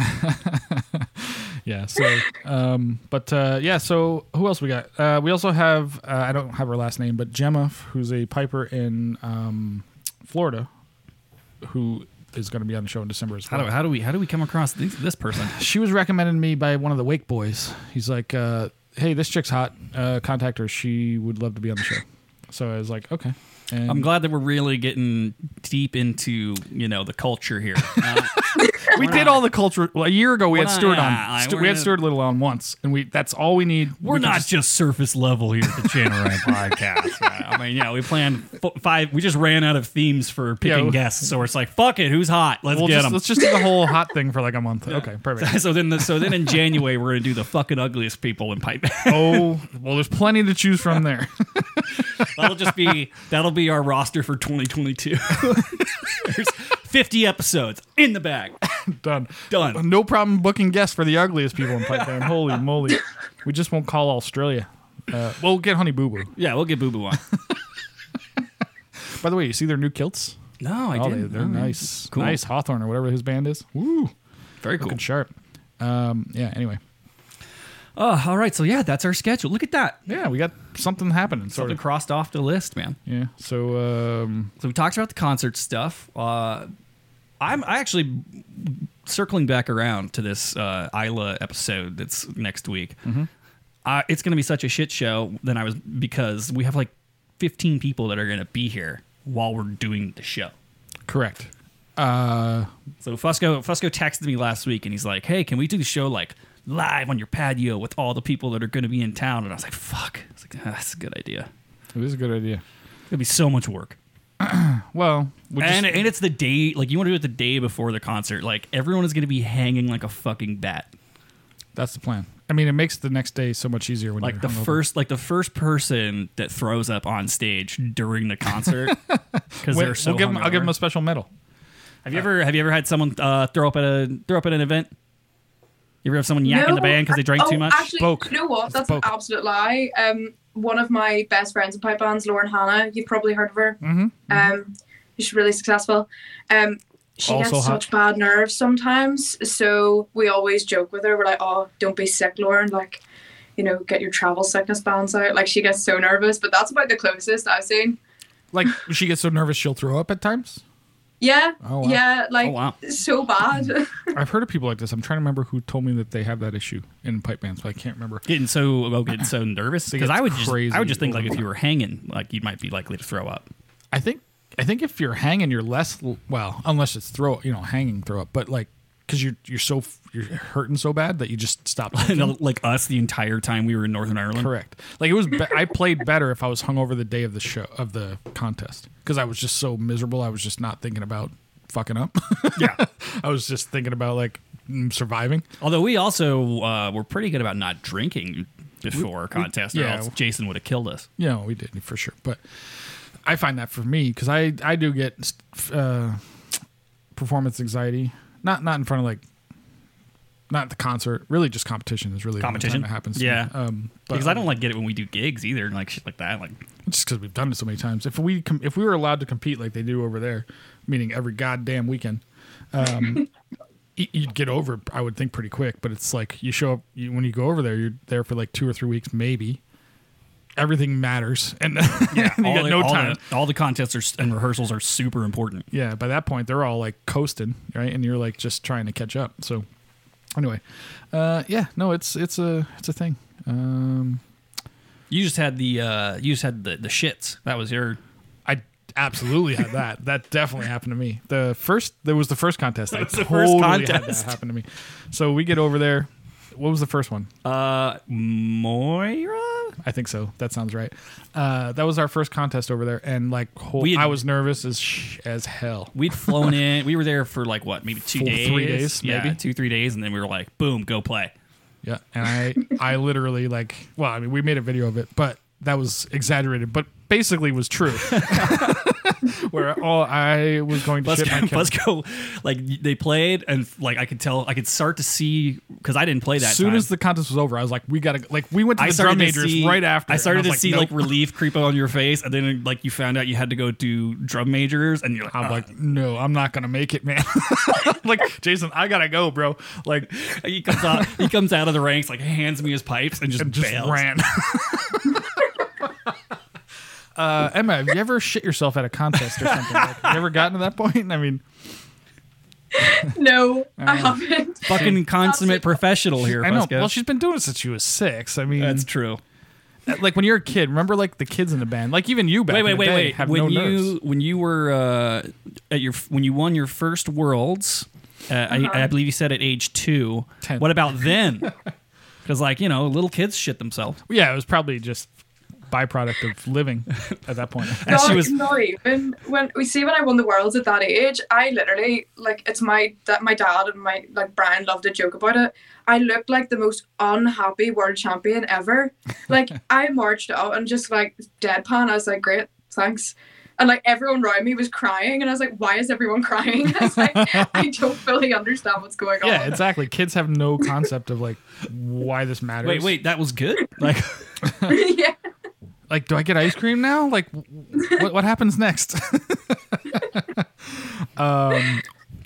S2: Yeah. So, um, but uh, yeah. So who else we got? Uh, we also have uh, I don't have her last name, but Gemma, f- who's a piper in um, Florida, who is going to be on the show in December as
S3: how
S2: well.
S3: do, how do we how do we come across this, this person
S2: she was recommended to me by one of the Wake boys. He's like, uh, "Hey, this chick's hot. Uh, contact her. She would love to be on the show." So I was like, "Okay." And
S3: i'm glad that we're really getting deep into you know the culture here Uh,
S2: we
S3: we're
S2: did
S3: not-
S2: all the culture well, a year ago. We
S3: We're
S2: had
S3: not-
S2: Stuart on.
S3: yeah, I-
S2: Stu-
S3: we're
S2: we had
S3: not-
S2: Stuart Little on once, and we that's all we need.
S3: we're
S2: We can
S3: not
S2: just-
S3: just, surface level here at the channel Rant podcast right? i mean yeah we planned f- five we just ran out of themes for picking
S2: we-
S3: guests so it's like fuck it who's hot let's
S2: We'll
S3: get
S2: just,
S3: them
S2: let's just do the whole hot thing for like a month. Okay, perfect.
S3: so then the, so then in january we're gonna do the fucking ugliest people in pipe band
S2: oh well there's plenty to choose from there
S3: That'll just be that'll be our roster for 2022. There's 50 episodes in the bag.
S2: done
S3: Done.
S2: no problem booking guests for the ugliest people in pipeline holy moly we just won't call australia uh, well, we'll get honey boo boo
S3: Yeah, we'll get Boo Boo on.
S2: by the way you see their new kilts
S3: No, I
S2: oh they,
S3: didn't.
S2: they're
S3: No.
S2: nice
S3: Cool.
S2: nice hawthorne or whatever his band is Woo,
S3: Very cool.
S2: looking sharp um, yeah anyway
S3: Oh, all right. So yeah, that's our schedule. Look at that.
S2: yeah we got something happening sort
S3: Something
S2: of
S3: crossed off the list, man.
S2: yeah so um,
S3: So we talked about the concert stuff. Uh, I'm I actually circling back around to this uh, Isla episode that's next week. Uh, it's going to be such a shit show than I was because we have like 15 people that are going to be here while we're doing the show.
S2: correct uh,
S3: So Fusco Fusco texted me last week and he's like, "Hey, can we do the show like live on your patio with all the people that are going to be in town?" And I was like, "Fuck, I was like, "Ah, that's a good idea.
S2: it is a good idea
S3: It'd be so much work."
S2: well we just,
S3: and and it's the day like you want to do it the day before the concert. Like everyone is going to be hanging like a fucking bat.
S2: that's the plan i mean it makes the next day so much easier when
S3: Like
S2: you're
S3: the
S2: hungover.
S3: first like the first person that throws up on stage during the concert because
S2: Wait,
S3: they're so.
S2: we'll give 'em- i'll give
S3: hungover.
S2: them a special medal
S3: Have you ever have you ever had someone uh, throw up at a throw up at an event? You ever have someone yak in the band because they drank
S4: oh,
S3: too much?
S4: Actually,
S2: Spoke.
S4: you know what? That's
S2: Spoke.
S4: an absolute lie. Um, one of my best friends in pipe bands, Lauren Hanna, you've probably heard of her.
S2: mm-hmm.
S4: Um, she's really successful. Um, she
S2: Also
S4: gets
S2: hot.
S4: such bad nerves sometimes, so we always joke with her. We're like, "Oh, don't be sick, Lauren. Like, you know, get your travel sickness bands out." Like, she gets so nervous, but that's about the closest I've seen.
S2: Like she gets so nervous she'll throw up at times.
S4: Yeah,
S2: Oh, wow.
S4: yeah, like
S3: Oh, wow.
S4: so bad.
S2: I've heard of people like this. I'm trying to remember who told me that they have that issue in pipe bands, but I can't remember.
S3: getting so about getting so nervous because
S2: gets
S3: I would just
S2: crazy
S3: I would just think like
S2: over-
S3: if you were hanging like you might be likely to throw up.
S2: I think I think if you're hanging, you're less l- well, unless it's throw you know hanging throw up, but like because you're you're so you're hurting so bad that you just stop.
S3: And, like us the entire time we were in Northern Ireland.
S2: Correct. Like it was. Be- I played better if I was hungover the day of the show of the contest because I was just so miserable. I was just not thinking about fucking up.
S3: Yeah.
S2: I was just thinking about like mm, surviving.
S3: Although we also uh, were pretty good about not drinking before a contest, or
S2: yeah.
S3: else Jason would have killed us.
S2: Yeah, we did for sure. But I find that for me because I I do get uh, performance anxiety. Not not in front of like not at the concert. Really, just competition is really the only time
S3: Competition?
S2: it happens. to
S3: Yeah.
S2: me. um, but-
S3: Because I don't like get it when we do gigs either, and like shit like that. Like
S2: just because we've done it so many times. If we com- if we were allowed to compete like they do over there, meaning every goddamn weekend, um, y- you'd get over. it, I would think pretty quick. But it's like you show up you, when you go over there. You're there for like two or three weeks, maybe. Everything matters, and yeah, you got
S3: the-
S2: no
S3: all
S2: time.
S3: The, all the contests are, s- and rehearsals are super important.
S2: yeah, by that point they're all like coasting, right? And you're like just trying to catch up. So anyway, uh, yeah, no, it's it's a it's a thing. Um,
S3: You just had the uh, you just had the, the shits. That was your
S2: I absolutely had that. that definitely happened to me. The first there was the first contest. I
S3: was the
S2: totally
S3: first
S2: had that
S3: contest.
S2: happen to me. So we get over there. What was the first one?
S3: uh, Moira.
S2: I think so. That sounds right. Uh, that was our first contest over there, and like whole,
S3: We had-
S2: I was nervous as sh- as hell.
S3: We'd flown in. We were there for like what, maybe two
S2: Four-
S3: days,
S2: three days,
S3: yeah,
S2: maybe.
S3: two three days, and then we were like, boom, go play.
S2: Yeah, and I I literally like well, I mean, we made a video of it, but that was exaggerated, but basically was true. Where all I was going to
S3: Let's
S2: shit my
S3: go,
S2: pants.
S3: let's go. Like y- they played, and like I could tell, I could start to see because I didn't play that.
S2: As soon
S3: time.
S2: as the contest was over, I was like, "We gotta like we went to
S3: I
S2: the
S3: started
S2: drum
S3: to
S2: majors
S3: see,
S2: right after."
S3: I
S2: and
S3: started
S2: was
S3: to see
S2: "Nope."
S3: like relief creep on your face, and then like you found out you had to go do drum majors, and you're like,
S2: I'm
S3: "Ah."
S2: like, no, I'm not gonna make it, man. like, Jason, I gotta go, bro. Like,
S3: he comes out, he comes out of the ranks, like hands me his pipes, and just,
S2: and just
S3: bails.
S2: ran. uh, Emma, have you ever shit yourself at a contest or something? Like, have you ever gotten to that point? I mean,
S4: No, I
S3: Um,
S4: haven't.
S3: Fucking consummate professional here,
S2: I know.
S3: Fusco.
S2: Well, she's been doing it since she was six. I mean, uh,
S3: That's true.
S2: like when you're a kid. Remember, like the kids in the band. Like even you back.
S3: Wait,
S2: in
S3: wait,
S2: the
S3: wait,
S2: day
S3: wait.
S2: Have
S3: when
S2: no
S3: you
S2: nerves.
S3: when you were uh, at your when you won your first worlds, uh, I, I believe you said at age two.
S2: Ten.
S3: What about then? Because like you know, little kids shit themselves.
S2: Yeah, it was probably just byproduct of living at that point.
S3: And she
S4: Not,
S3: was-
S4: not even when we see when I won the worlds at that age, I literally like it's my that my dad and my like Brian loved to joke about it. I looked like the most unhappy world champion ever. Like I marched out and just like deadpan. I was like, great, thanks. And like everyone around me was crying, and I was like, why is everyone crying? I was like, I don't fully understand what's going on.
S2: Yeah, exactly. Kids have no concept of like why this matters.
S3: Wait, wait, that was good. Like
S4: yeah.
S2: like do i get ice cream now like what, what happens next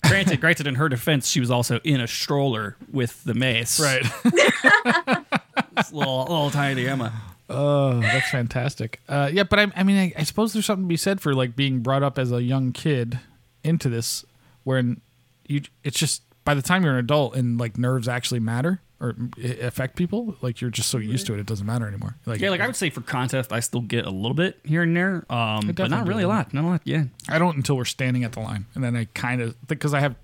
S3: granted, granted, in her defense, she was also in a stroller with the mace. It's little, little tiny Emma.
S2: oh that's fantastic uh, yeah but i, I mean I, I suppose there's something to be said for like being brought up as a young kid into this when you it's just by the time you're an adult and like nerves actually matter or i- affect people like you're just so used to it it doesn't matter anymore like
S3: Yeah, like I would say for contest, I still get a little bit here and there, um, but not
S2: definitely
S3: really a
S2: do.
S3: lot. Not a lot. Yeah.
S2: I don't until we're standing at the line, and then I kind of because I have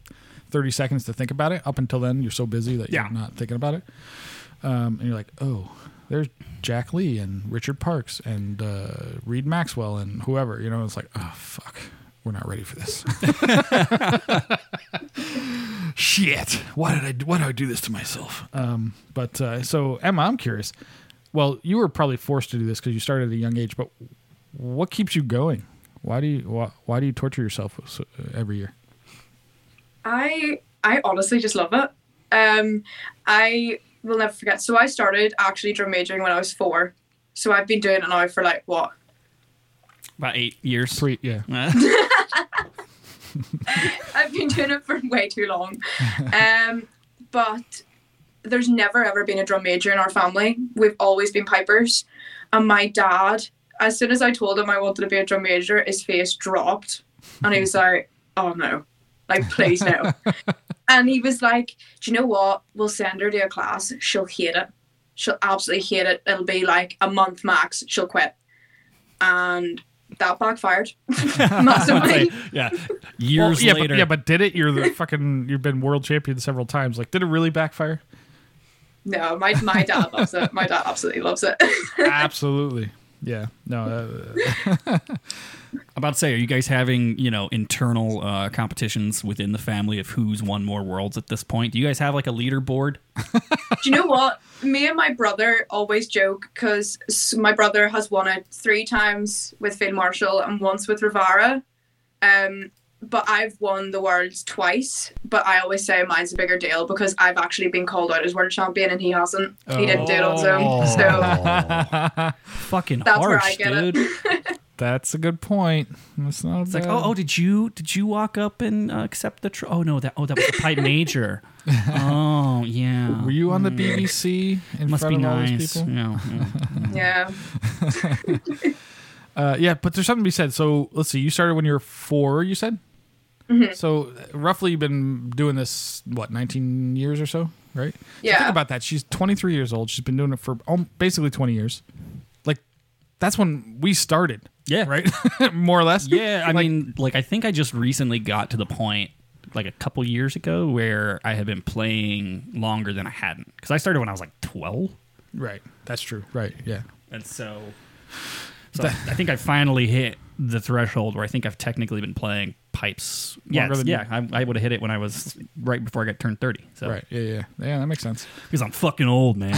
S2: thirty seconds to think about it. Up until then, you're so busy that
S3: Yeah.
S2: you're not thinking about it, um, and you're like, oh, there's Jack Lee and Richard Parks and uh, Reed Maxwell and whoever. You know, it's like, oh fuck, we're not ready for this. Shit! Why did I do- why do I do this to myself? Um, but uh, so Emma, I'm curious. Well, you were probably forced to do this because you started at a young age, but what keeps you going? Why do you why, why do you torture yourself so- every year?
S4: I I honestly just love it. Um, I will never forget. So I started actually drum majoring when I was four. So I've been doing it now for like what?
S3: About eight years.
S2: Three, yeah.
S4: I've been doing it for way too long. Um, but there's never ever been a drum major in our family. We've always been pipers. And my dad, as soon as I told him I wanted to be a drum major, his face dropped, and he was like, "Oh no." Like, please no. and he was like, Do you know what? We'll send her to a class. She'll hate it. She'll absolutely hate it. It'll be like a month max. She'll quit. And that backfired massively.
S3: yeah, years
S2: Well, yeah,
S3: later.
S2: But, yeah, but did it? You're the fucking. You've been world champion several times. Like, did it really backfire?
S4: No, my my dad loves it. My dad absolutely loves it.
S2: Absolutely. Yeah. No. uh,
S3: I'm about to say, are you guys having you know internal uh, competitions within the family of who's won more worlds at this point? Do you guys have like a leaderboard?
S4: Do you know what? Me and my brother always joke because my brother has won it three times with Finn Marshall and once with Rivara. Um, but I've won the worlds twice. But I always say mine's a bigger deal because I've actually been called out as world champion and he hasn't. He didn't do it on his own. So
S3: Fucking
S4: That's where
S3: harsh,
S4: I get it.
S3: dude.
S2: that's a good point. That's not.
S3: It's like, oh, oh, did you did you walk up and uh, accept the? Tr- oh no, that oh that was the pipe major. oh yeah,
S2: Were you on the BBC in
S3: must
S2: front
S3: be
S2: of all these
S3: nice.
S2: people?
S3: Yeah, yeah.
S4: yeah,
S2: Uh, yeah, but there's something to be said. So let's see. You started when you were four. You said. So uh, roughly, you've been doing this what 19 years or so, right? So
S4: Yeah.
S2: think about that. She's 23 years old. She's been doing it for um, basically 20 years. Like, that's when we started,
S3: yeah,
S2: right? More or less.
S3: Yeah, I
S2: Like,
S3: mean, like I think I just recently got to the point like a couple years ago where I have been playing longer than I hadn't because I started when I was like twelve,
S2: Right. That's true. Right. Yeah.
S3: and so, so I, I think I finally hit the threshold where I think I've technically been playing pipes. Yeah,
S2: Longer
S3: it's-
S2: than-
S3: yeah, I, I would have hit it when I was right before I got turned thirty. So
S2: Right. Yeah. Yeah. Yeah. That makes sense.
S3: because I'm fucking old, man.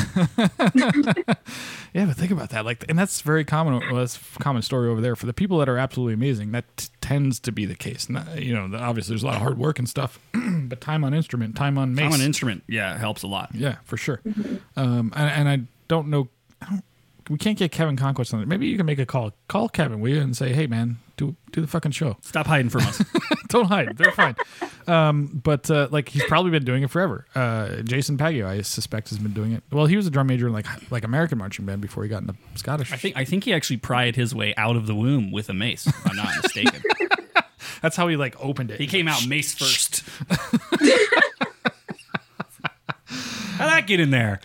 S2: Yeah, but think about that. Like, and that's very common. Well, that's a common story over there for the people that are absolutely amazing. That t- tends to be the case. Not, you know, the- obviously there's a lot of hard work and stuff, but time on instrument, time on mace.
S3: I'm an instrument. Yeah, it helps a lot.
S2: yeah, for sure. Um, and, and I don't know. I don't, we can't get Kevin Conquest on it. Maybe you can make a call. Call Kevin, will you, and say, "Hey, man, do do the fucking show.
S3: Stop hiding from us.
S2: don't hide. They're fine." Um, but uh, like he's probably been doing it forever. Uh, Jason Paggio, I suspect, has been doing it. Well, he was a drum major in like like American marching band before he got into Scottish.
S3: I think I think he actually pried his way out of the womb with a mace. If I'm not mistaken.
S2: That's how he like opened it.
S3: He came out mace first. How'd that get in there?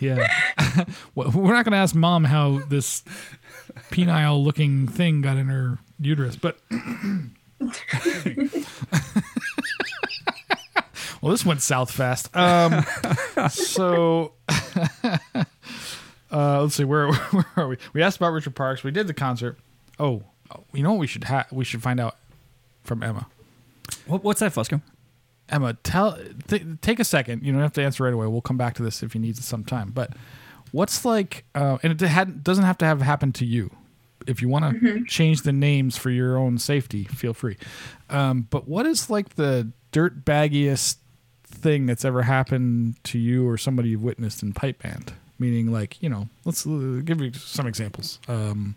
S2: Yeah. Well, We're not going to ask mom how this penile looking thing got in her uterus, but. well, this went south fast. Um, so. Uh, let's see where where are we? We asked about Richard Parks. We did the concert. Oh, you know what we should ha- we should find out from Emma.
S3: What, what's that, Fusco?
S2: Emma, tell th- take a second. You don't have to answer right away. We'll come back to this if you need some time. But what's like, uh, and it had, doesn't have to have happened to you. If you want to change the names for your own safety, feel free. Um, but what is like the dirt baggiest thing that's ever happened to you or somebody you've witnessed in pipe band? Meaning, like you know, let's uh, give you some examples. Um,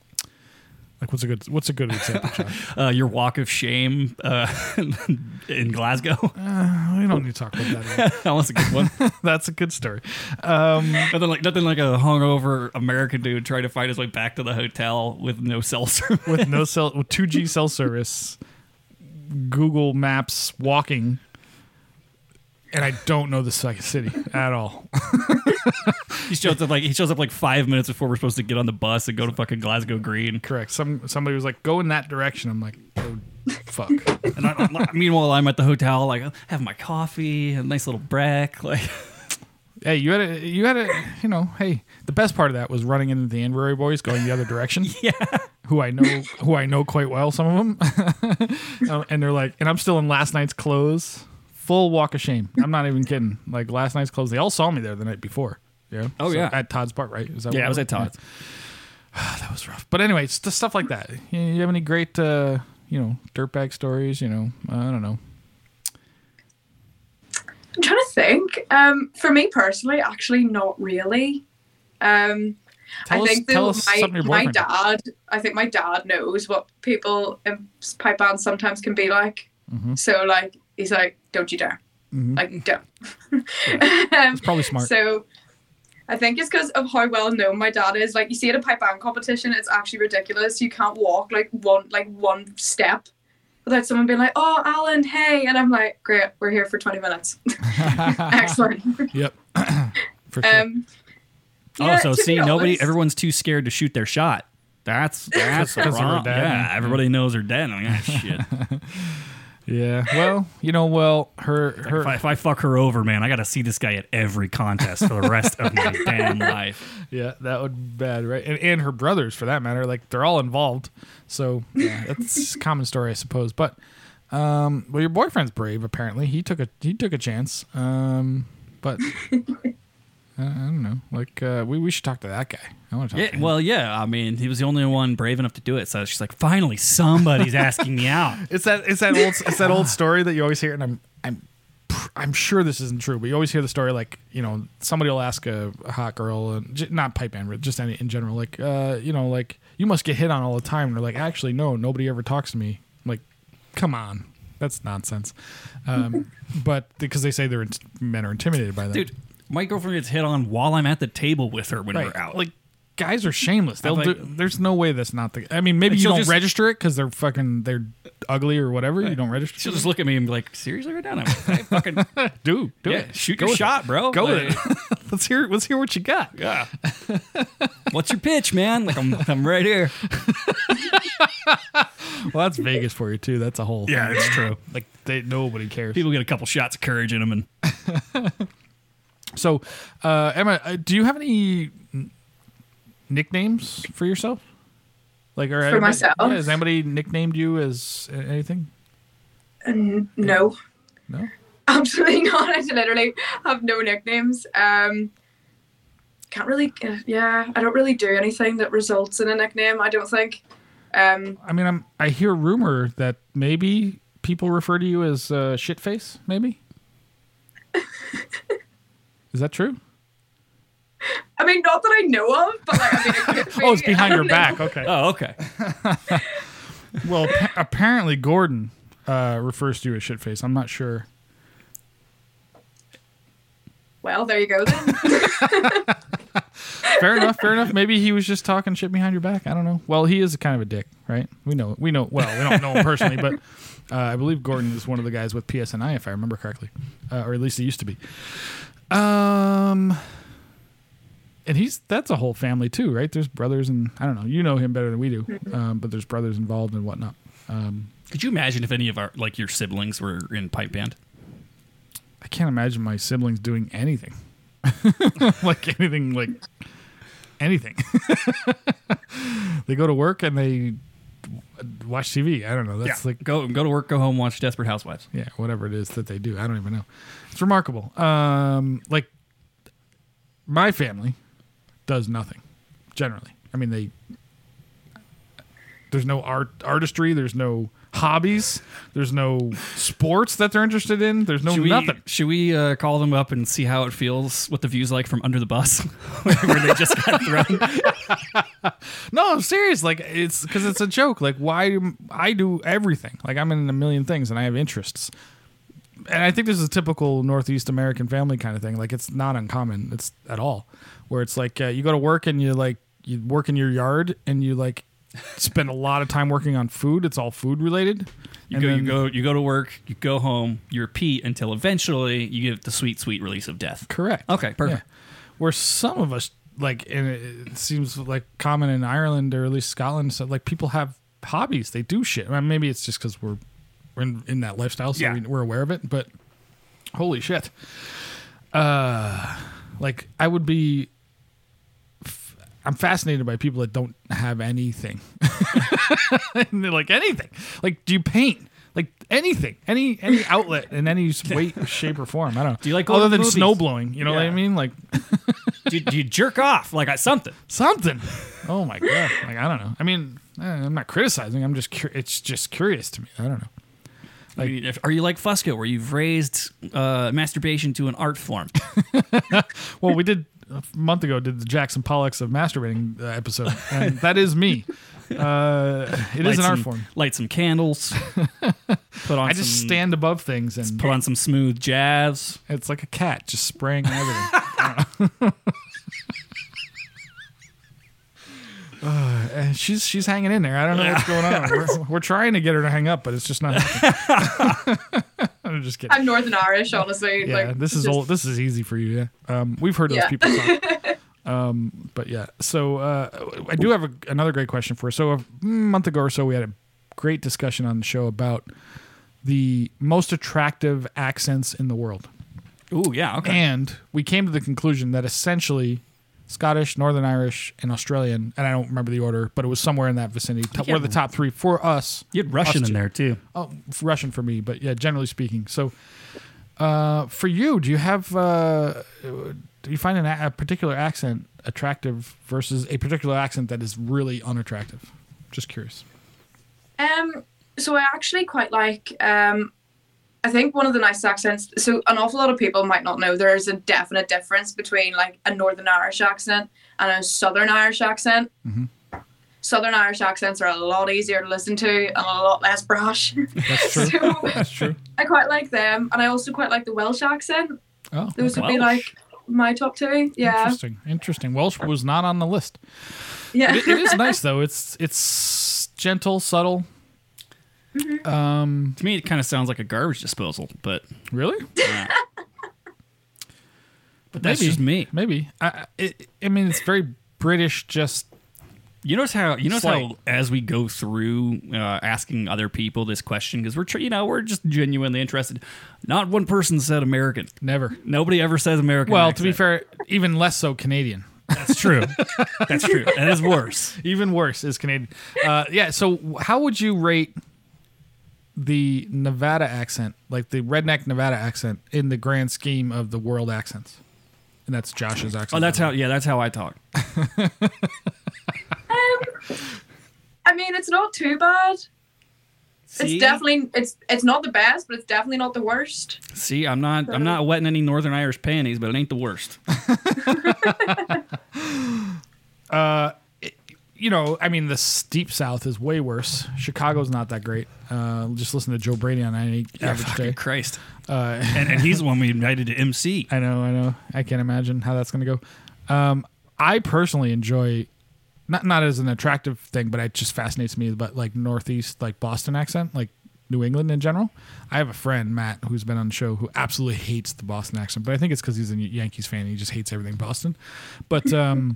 S2: like what's a good what's a good example? John?
S3: Uh, your walk of shame uh, in Glasgow.
S2: we don't need to talk about that. anymore.
S3: that was a good one.
S2: That's a good story.
S3: nothing like nothing like a hungover American dude trying to find his way back to the hotel with no cell service.
S2: with no cell with 2G cell service, Google Maps walking. And I don't know the second city at all.
S3: He shows up like he shows up like five minutes before we're supposed to get on the bus and go to fucking Glasgow Green.
S2: Correct. Some somebody was like, "Go in that direction." I'm like, "Oh, fuck."
S3: And I, I'm- meanwhile, I'm at the hotel like having my coffee, a nice little break, like.
S2: hey, you had a, you had a, you know, hey. The best part of that was running into the Anbury boys going the other direction. yeah. Who I know, who I know quite well, some of them. um, and they're like, and I'm still in last night's clothes, full walk of shame. I'm not even kidding. Like last night's clothes, they all saw me there the night before. Yeah.
S3: Oh, yeah.
S2: At Todd's Park, right? Is that
S3: Yeah,
S2: what
S3: I
S2: it
S3: was at Todd's.
S2: That was rough. But anyway, it's just stuff like that. You, you have any great, uh, you know, dirtbag stories? You know, I don't know.
S4: I'm trying to think. Um, for me personally, actually, not really. Um,
S2: Tell
S4: I
S2: us,
S4: think
S2: tell
S4: that
S2: us
S4: my,
S2: something your
S4: my
S2: boyfriend. did.
S4: dad, I think my dad knows what people in pipe bands sometimes can be like.
S2: Mm-hmm.
S4: So like, he's like, don't you dare. Like, don't. Um,
S2: It's probably Mm-hmm. smart.
S4: so I think it's because of how well known my dad is. Like you see at a pipe band competition, it's actually ridiculous. You can't walk like one like one step without someone being like, "Oh, Alan, hey," and I'm like, "Great, we're here for 20 minutes. Excellent."
S2: yep. For sure.
S4: Um, yeah,
S3: oh, so
S4: to be
S3: Oh,
S2: Oh,
S3: see, nobody,
S4: honest-
S3: everyone's too scared to shoot their shot. That's that's the
S2: 'cause they're
S3: problem.
S2: dead.
S3: Yeah, everybody knows they're dead. I'm like, ah, shit.
S2: Yeah. Well, you know, well, her
S3: if, I,
S2: her
S3: if I fuck her over, man, I got to see this guy at every contest for the rest of my damn life.
S2: yeah, that would be bad, right? And, and her brothers for that matter, like they're all involved. So yeah, that's a common story, I suppose. But um well your boyfriend's brave apparently. He took a he took a chance. Um but I, I don't know. Like uh we, we should talk to that guy. I want to talk to
S3: Yeah,
S2: him.
S3: well, yeah. I mean, he was the only one brave enough to do it. So she's like, finally, somebody's asking me out.
S2: It's that it's that old it's that old story that you always hear, and I'm I'm pr- I'm sure this isn't true, but you always hear the story like you know somebody will ask a, a hot girl, and j- not pipe band, but just any in general, like uh you know like you must get hit on all the time, and they're like actually no, nobody ever talks to me. I'm like come on, that's nonsense. Um, but because they say they're int- men are intimidated by that,
S3: Dude, my girlfriend gets hit on while I'm at the table with her when
S2: right?
S3: we're out.
S2: Like guys are shameless. They'll
S3: like-
S2: do, there's no way that's not the. I mean maybe
S3: And
S2: you
S3: she'll
S2: don't
S3: just-
S2: register it because they're fucking they're ugly or whatever. You don't register.
S3: She'll just look at me and be like, seriously, right now? And I'm like, "Hey, fucking
S2: do do
S3: yeah,
S2: it.
S3: shoot
S2: Go
S3: your
S2: with it.
S3: shot, bro.
S2: Go
S3: Like,
S2: with it. let's hear let's hear what you got.
S3: Yeah. What's your pitch, man? Like, I'm, I'm right here.
S2: Well, that's Vegas for you too. That's a whole
S3: Yeah, it's true.
S2: Like they, nobody cares.
S3: People get a couple shots of courage in them and
S2: So, uh, Emma, uh, do you have any n- nicknames for yourself? Like, or anybody-
S4: myself?
S2: yeah, has anybody nicknamed you as a- anything?
S4: And no,
S2: No.
S4: absolutely not. I literally have no nicknames. Um, can't really. Uh, yeah, I don't really do anything that results in a nickname. I don't think. Um,
S2: I mean, I'm. I hear rumor that maybe people refer to you as uh, shitface. Maybe. Is that true?
S4: I mean, not that I know of, but like, I mean, it could
S2: Oh, it's
S4: be. I
S2: behind
S4: don't
S2: your
S4: know.
S2: back. Okay.
S3: Oh, okay.
S2: Well, pa- apparently Gordon uh, refers to you as shitface. I'm not sure.
S4: Well, there you go then.
S2: Fair enough. Fair enough. Maybe he was just talking shit behind your back. I don't know. Well, he is kind of a dick, right? We know. We know. Well, we don't know him personally, but uh, I believe Gordon is one of the guys with PSNI, if I remember correctly, uh, or at least he used to be. Um, and he's that's a whole family too, right? There's brothers and I don't know. You know him better than we do, um, but there's brothers involved and whatnot.
S3: Could you imagine if any of our, like, your siblings were in pipe band?
S2: I can't imagine my siblings doing anything. like anything like anything. they go to work and they watch TV. I don't know. That's like
S3: go go to work, go home, watch Desperate Housewives.
S2: yeah, whatever it is that they do. I don't even know. It's remarkable. Um like my family does nothing generally. I mean they there's no art artistry, there's no hobbies, there's no sports that they're interested in, there's no
S3: Should we,
S2: Oh, nothing.
S3: Should we uh, call them up and see how it feels, what the view's like from under the bus, where they just got thrown?
S2: No, I'm serious. Like it's because it's a joke. Like why do- I do everything. Like I'm in a million things and I have interests. And I think this is a typical Northeast American family kind of thing. Like it's not uncommon. It's at all where it's like uh, you go to work and you like you work in your yard and you like spend a lot of time working on food. It's all food related.
S3: You
S2: And
S3: go,
S2: then-
S3: you go, you go to work, you go home, you repeat until eventually you get the sweet, sweet release of death.
S2: Correct.
S3: Okay, perfect.
S2: Yeah. Where some of us like, and it it seems like common in Ireland or at least Scotland, so like people have hobbies. They do shit. I mean, maybe it's just because we're we're in, in that lifestyle, so
S3: Yeah.
S2: we, we're aware of it. But holy shit, uh, like I would be. f- I'm fascinated by people that don't have anything. And they're like anything. Like, do you paint? Like anything, any any outlet in any weight, shape, or form. I don't know. Do
S3: you like going
S2: other
S3: to the
S2: than
S3: movies?
S2: snow blowing? You know what I
S3: Yeah.
S2: mean? Like
S3: Do, do you jerk off like I, something?
S2: something. Oh my god! Like I don't know. I mean, eh, I'm not criticizing. I'm just cur- it's just curious to me. I don't know.
S3: I mean, if- are you like Fusco, where you've raised uh, masturbation to an art form?
S2: Well, we did a month ago did the Jackson Pollocks of masturbating uh, episode, and that is me. Uh, it is an
S3: some,
S2: art form.
S3: Light some candles. put on.
S2: I just
S3: some,
S2: stand above things, and
S3: Put on some smooth jazz.
S2: it's like a cat just spraying on everything. I don't know. Uh, and she's she's hanging in there. I don't know what's going on. We're, we're trying to get her to hang up, but it's just not. happening. I'm just kidding.
S4: I'm Northern Irish, honestly.
S2: Yeah,
S4: like,
S2: this is
S4: just-
S2: old. This is easy for you. Yeah, um, we've heard
S4: Yeah.
S2: those people. Talk. Um, but yeah, so uh, I do have a, another great question for. Us. So a month ago or so, we had a great discussion on the show about the most attractive accents in the world,
S3: Ooh, yeah, okay.
S2: and we came to the conclusion that essentially. Scottish, Northern Irish, and Australian, and I don't remember the order, but it was somewhere in that vicinity. Top, were the top three for us.
S3: you had Russian
S2: us
S3: in
S2: two.
S3: there too.
S2: Oh, f- Russian for me, but yeah, generally speaking. So, uh, for you, do you have uh, do you find an, a a particular accent attractive versus a particular accent that is really unattractive? Just curious.
S4: Um, so I actually quite like. Um, I think one of the nice accents. So an awful lot of people might not know there is a definite difference between like a Northern Irish accent and a Southern Irish accent.
S2: Mm-hmm.
S4: Southern Irish accents are a lot easier to listen to and a lot less brash.
S2: That's true.
S4: so
S2: That's true.
S4: I quite like them, and I also quite like the Welsh accent.
S2: Oh,
S4: Those
S2: okay.
S4: would be like my top two. Yeah,
S2: interesting. Interesting. Welsh was not on the list.
S4: yeah.
S2: It, it is nice though. It's it's gentle, subtle. Um,
S3: To me, it kind of sounds like a garbage disposal, but
S2: really?
S3: yeah. but that's
S2: Maybe.
S3: just me.
S2: Maybe. I- I, it, I mean, it's very British. Just
S3: You notice how you notice
S2: Slight.
S3: how as we go through uh, asking other people this question because we're tr- you know we're just genuinely interested. Not one person said American.
S2: never.
S3: Nobody ever says American.
S2: Well, to be
S3: accent.
S2: fair, even less so Canadian.
S3: that's true. that's true. That is worse.
S2: Even worse is Canadian. Uh, yeah. So, how would you rate the Nevada accent, like the redneck Nevada accent, in the grand scheme of the world accents? And that's Josh's accent.
S3: Oh, that's how. Yeah, that's how I talk.
S4: I mean, it's not too bad.
S3: See?
S4: It's definitely it's it's not the best, but it's definitely not the worst.
S3: See, I'm not. I'm not wetting any Northern Irish panties, but it ain't the worst.
S2: you know. I mean, the steep South is way worse. Chicago's not that great. Uh, just listen to Joe Brady on any average
S3: Fucking
S2: day.
S3: Christ.
S2: Uh,
S3: And, and he's the one we invited to MC.
S2: I know, I know. I can't imagine how that's going to go. Um, I personally enjoy, not not as an attractive thing, but it just fascinates me. But like Northeast, like Boston accent, like New England in general. I have a friend Matt who's been on the show who absolutely hates the Boston accent, but I think it's because he's a Yankees fan. And he just hates everything Boston. But um,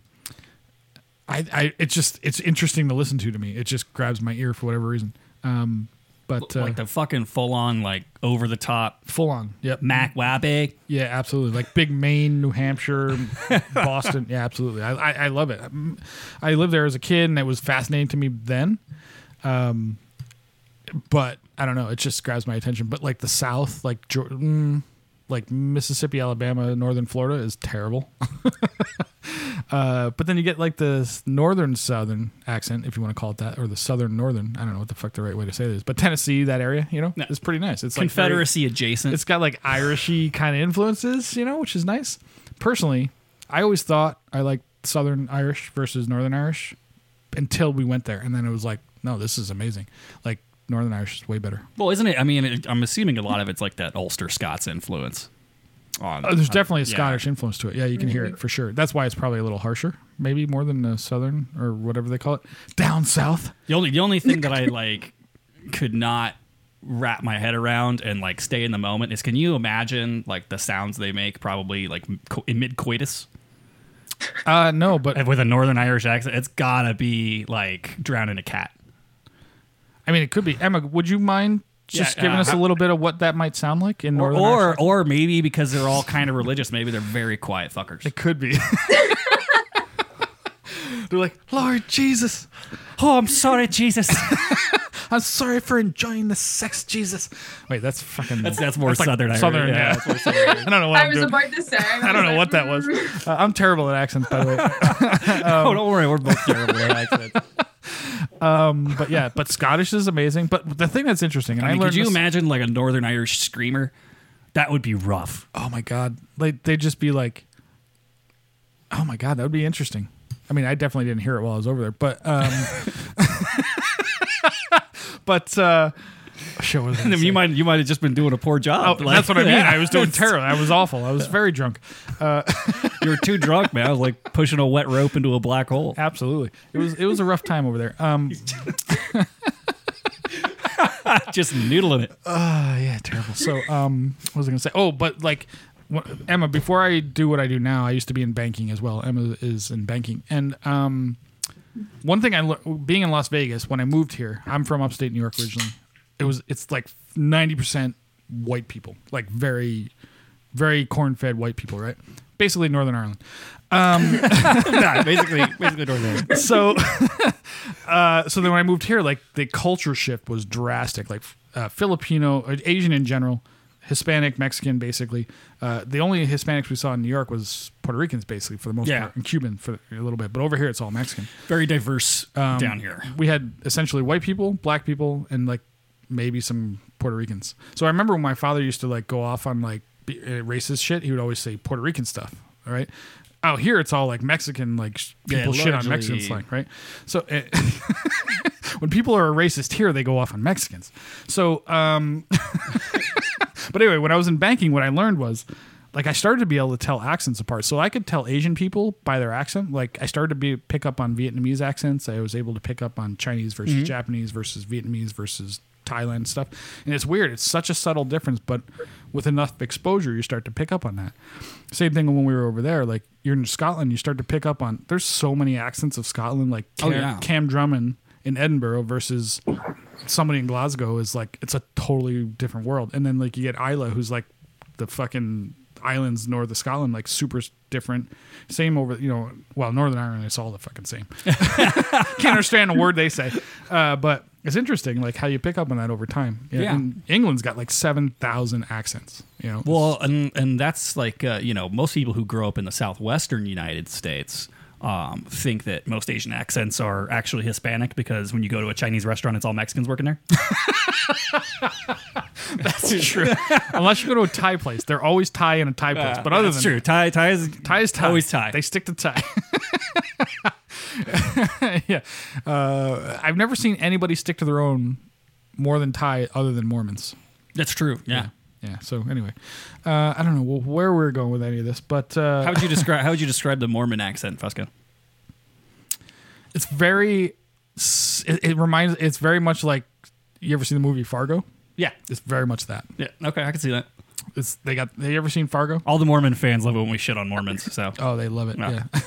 S2: I, I, it's just it's interesting to listen to to me. It just grabs my ear for whatever reason. Um, but uh,
S3: Like the fucking full on, like over the top
S2: full on, yep.
S3: Mac Wabe.
S2: Yeah, absolutely. Like big Maine, New Hampshire, Boston. Yeah, absolutely. I, I, I love it. Um, I lived there as a kid, and it was fascinating to me then. Um, but I don't know. It just grabs my attention. But like the South, like Jordan, like Mississippi, Alabama, Northern Florida is terrible. uh, but then you get like the s- Northern Southern accent, if you want to call it that, or the Southern Northern. I don't know what the fuck the right way to say this. But Tennessee, that area, you know,
S3: Yeah.
S2: is pretty nice. It's like very-
S3: Confederacy adjacent.
S2: it's got like Irishy kind of influences, you know, which is nice. Personally, I always thought I liked Southern Irish versus Northern Irish until we went there, and then it was like, no, this is amazing. Like Northern Irish is way better.
S3: Well, isn't it? I mean, it, I'm assuming a lot of it's like that Ulster Scots influence. On,
S2: Oh, there's
S3: on-
S2: definitely a
S3: yeah.
S2: Scottish influence to it. Yeah, you can hear it for sure. That's why it's probably a little harsher, maybe more than the Southern or whatever they call it down south.
S3: The only the only thing that I like could not wrap my head around and like stay in the moment is can you imagine like the sounds they make probably like co- in mid coitus
S2: Uh, no, but
S3: with a Northern Irish accent? It's gotta be like drowning a cat.
S2: I mean, it could be. Emma, would you mind just
S3: Yeah,
S2: giving
S3: uh,
S2: us a little bit of what that might sound like in
S3: Or
S2: Northern Irish?
S3: or, or maybe because they're all kind of religious, maybe they're very quiet fuckers.
S2: It could be. They're like, Lord Jesus,
S3: Oh, I'm sorry, Jesus.
S2: I'm sorry for enjoying the sex, Jesus. Wait, that's fucking.
S3: That's that's more
S2: like
S3: southern Irish.
S2: Southern, yeah.
S3: that's more southern.
S2: I don't know what
S4: I
S2: I'm
S4: was
S2: doing.
S4: about to say.
S2: I don't know what that was. Uh, I'm terrible at accents, by the way. Um,
S3: oh, don't worry, we're both terrible at accents.
S2: But yeah, but Scottish is amazing. But the thing that's interesting, and I,
S3: I mean,
S2: learned
S3: could you
S2: this-
S3: imagine like a Northern Irish screamer? That would be rough.
S2: oh my god, like they'd just be like, oh my god, that would be interesting. I mean, I definitely didn't hear it while I was over there, but um, but uh, shit, what was I gonna say?
S3: you might you might have just been doing a poor job.
S2: Oh, that's what I mean. I was doing terrible. I was awful. I was very drunk.
S3: you were too drunk, man. I was like pushing a wet rope into a black hole.
S2: Absolutely. It was it was a rough time over there. Um
S3: just noodling it.
S2: ah, uh, yeah, terrible. So um what was I gonna say? Oh, but like wh- Emma, before I do what I do now, I used to be in banking as well. Emma is in banking, and um, one thing I le- being in Las Vegas when I moved here, I'm from upstate New York originally. It was it's like ninety percent white people, like very, very corn-fed white people, right? Basically, Northern Ireland.
S3: Nah, basically, basically door there.
S2: so uh, so then when I moved here, like the culture shift was drastic. Like uh, Filipino, uh, Asian in general, Hispanic, Mexican, basically. Uh, the only Hispanics we saw in New York was Puerto Ricans, basically for the most
S3: Yeah.
S2: part, and Cuban for a little bit. But over here, it's all Mexican.
S3: Very diverse
S2: Um,
S3: down here.
S2: We had essentially white people, black people, and like maybe some Puerto Ricans. So I remember when my father used to like go off on like be- uh, racist shit, he would always say Puerto Rican stuff. All right. Out here, it's all like Mexican, like sh-
S3: Yeah,
S2: people shit on Mexican
S3: largely-
S2: slang, right? So uh, when people are racist here, they go off on Mexicans. So, um, but anyway, when I was in banking, what I learned was like I started to be able to tell accents apart. So I could tell Asian people by their accent. Like I started to be pick up on Vietnamese accents. I was able to pick up on Chinese versus
S3: Mm-hmm.
S2: Japanese versus Vietnamese versus Thailand stuff. And it's weird. It's such a subtle difference, but with enough exposure, you start to pick up on that. Same thing when we were over there. Like you're in Scotland, you start to pick up on. There's so many accents of Scotland. Like
S3: Oh,
S2: Cam,
S3: yeah.
S2: Cam Drummond in Edinburgh versus somebody in Glasgow is like it's a totally different world. And then like you get Isla, who's like the fucking islands north of Scotland, like super s- different. Same over you know, well, Northern Ireland, it's all the fucking same. Can't understand a word they say, uh, but it's interesting like how you pick up on that over time.
S3: Yeah.
S2: and England's got like seven thousand accents. You know,
S3: Well, and and that's like uh, you know most people who grow up in the southwestern United States um, think that most Asian accents are actually Hispanic because when you go to a Chinese restaurant, it's all Mexicans working there.
S2: that's true. Unless you go to a Thai place, they're always Thai in a Thai place. But other
S3: Uh, that's
S2: than
S3: true, Thai Thai is
S2: Tie is tie.
S3: Always tie.
S2: They stick to tie. yeah. Uh, I've never seen anybody stick to their own more than tie other than Mormons.
S3: that's true. Yeah.
S2: Yeah. So anyway, uh, I don't know where we're going with any of this, but uh,
S3: How would you describe How would you describe the Mormon accent, Fusco?
S2: it's very. s- It, it reminds. It's very much like. You ever seen the movie Fargo?
S3: Yeah.
S2: It's very much that.
S3: Yeah. Okay, I can see that.
S2: It's they got. Have you ever seen Fargo?
S3: All the Mormon fans love it when we shit on Mormons. So
S2: Oh, they love it.
S3: Yeah.
S2: Yeah.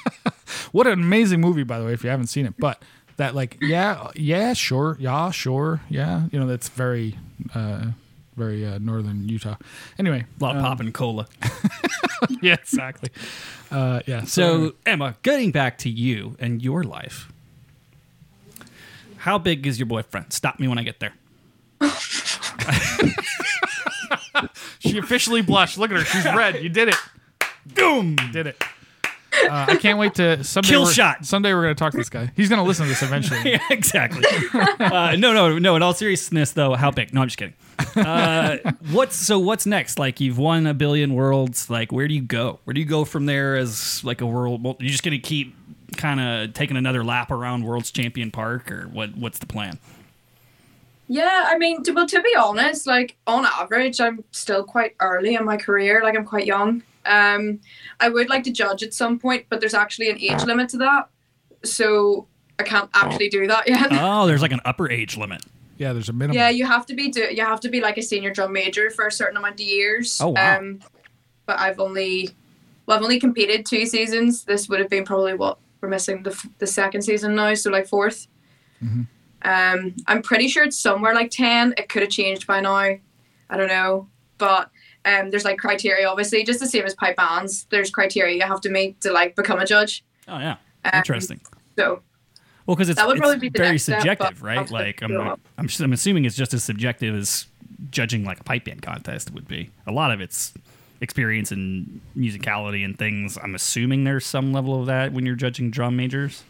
S2: what an amazing movie, by the way, if you haven't seen it. But that, like, yeah, yeah, sure, yeah, sure, yeah. You know, that's very, uh, very uh, northern Utah. Anyway,
S3: a lot
S2: uh,
S3: of pop and cola.
S2: yeah, exactly. Uh, yeah.
S3: So Emma, getting back to you and your life. How big is your boyfriend? Stop me when I get there.
S2: she officially blushed. Look at her; she's red. You did it.
S3: Boom.
S2: You did it. Uh, I can't wait to someday.
S3: Kill
S2: we're-
S3: shot.
S2: Someday we're gonna talk to this guy. He's gonna listen to this eventually.
S3: yeah, exactly. uh, no, no, no. In all seriousness, though, how big? No, I'm just kidding. Uh, what's so? What's next? Like you've won a billion worlds. Like where do you go? Where do you go from there? As like a world, well, you're just gonna keep kind of taking another lap around World's Champion Park, or what? What's the plan?
S4: Yeah, I mean, to, well, to be honest, like on average, I'm still quite early in my career. Like I'm quite young. Um, I would like to judge at some point, but there's actually an age limit to that, so I can't actually do that yet.
S3: Oh, there's like an upper age limit.
S2: Yeah, there's a minimum.
S4: yeah, you have to be do you have to be like a senior drum major for a certain amount of years.
S3: Oh, wow.
S4: Um, but I've only, well, I've only competed two seasons. This would have been probably what we're missing the f- the second season now, so like 4th
S3: Mm-hmm.
S2: Mhm.
S4: Um, I'm pretty sure it's somewhere like ten. It could have changed by now. I don't know, but um, there's like criteria, obviously, just the same as pipe bands. There's criteria you have to meet to like become a judge.
S3: Oh yeah,
S4: Um,
S3: interesting.
S4: So
S3: Well, because it's,
S4: That would
S3: it's
S4: probably be the
S3: very
S4: next step,
S3: subjective,
S4: but I'll
S3: right?
S4: have
S3: Like
S4: to
S3: I'm,
S4: go
S3: I'm,
S4: up.
S3: s- I'm assuming it's just as subjective as judging like a pipe band contest would be. A lot of it's experience and musicality and things. I'm assuming there's some level of that when you're judging drum majors.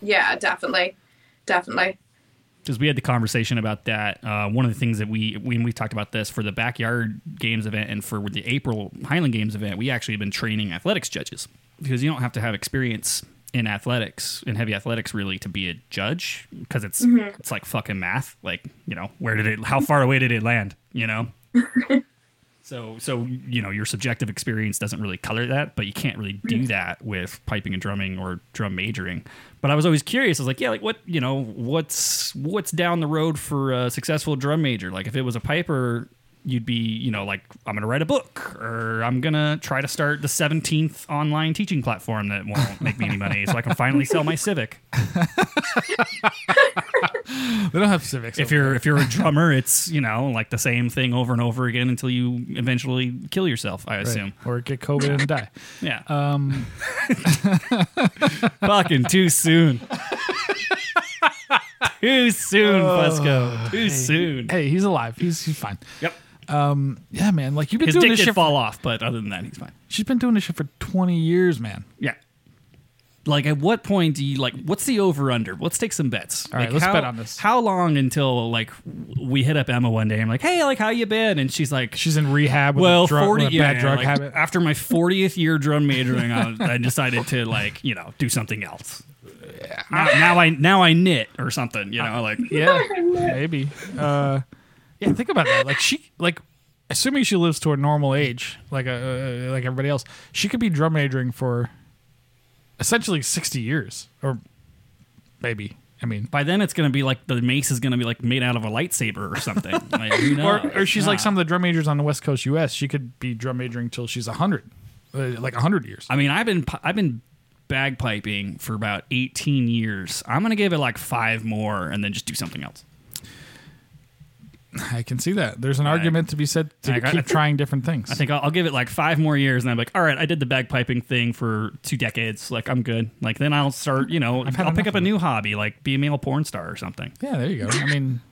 S4: yeah, definitely, definitely.
S3: Because we had the conversation about that. Uh, one of the things that we when we talked about this for the backyard games event and for the April Highland Games event, we actually have been training athletics judges because you don't have to have experience in athletics in heavy athletics really to be a judge because it's it's like fucking math. Like you know where did it? How far away did it land? You know. so so you know your subjective experience doesn't really color that, but you can't really do that with piping and drumming or drum majoring. But I was always curious. I was like, yeah, like what you know what's what's down the road for a successful drum major? Like if it was a piper you'd be, you know, like, I'm going to write a book or I'm going to try to start the 17th online teaching platform that won't make me any money so I can finally sell my Civic.
S2: They don't have civics.
S3: If
S2: over
S3: you're if you're a drummer, it's, you know, like the same thing over and over again until you eventually kill yourself, I
S2: there.
S3: assume.
S2: Right. or get COVID and die.
S3: Yeah.
S2: Um,
S3: Fucking too soon. too soon, Fusco. Too
S2: Oh, hey,
S3: soon.
S2: Hey, he's alive. He's he's fine.
S3: Yep.
S2: Um, yeah, man. Like you've been
S3: His
S2: doing
S3: dick
S2: this
S3: did
S2: shit.
S3: fall off, but other than that, he's fine.
S2: she's been doing this shit for twenty years, man.
S3: Yeah. Like, at what point do you like? What's the over under? Let's take some bets.
S2: All right,
S3: Like,
S2: let's
S3: how-
S2: bet on this.
S3: How long until like we hit up Emma one day? and I'm like, hey, like how you been? And she's like,
S2: She's in rehab with
S3: well,
S2: a, drug,
S3: forty
S2: with a
S3: yeah,
S2: bad drug
S3: like,
S2: habit.
S3: After my fortieth year drum majoring, I, I decided to like you know do something else. Now, now I now I knit or something. You know, like
S2: Uh, yeah, maybe. Uh, yeah, think about that. Like she, like assuming she lives to a normal age, like a, uh, like everybody else, she could be drum majoring for essentially sixty years, or maybe. I mean,
S3: by then it's gonna be like the mace is gonna be like made out of a lightsaber or something. Like, who knows?
S2: or, or she's like
S3: Yeah.
S2: some of the drum majors on the West Coast U.S. She could be drum majoring till she's hundred, uh, like hundred years.
S3: I mean, I've been pi- I've been bagpiping for about 18 years. I'm gonna give it like five more and then just do something else.
S2: I can see that. There's an argument to be said to
S3: I
S2: keep
S3: got-
S2: trying different things.
S3: I think I'll, I'll give it like five more years and I'm like, all right, I did the bagpiping thing for two decades. Like I'm good. Like then I'll start, you know,
S2: had
S3: I'll pick
S2: enough
S3: up a
S2: of it.
S3: new hobby, like be a male porn star or something.
S2: yeah, there you go. I mean,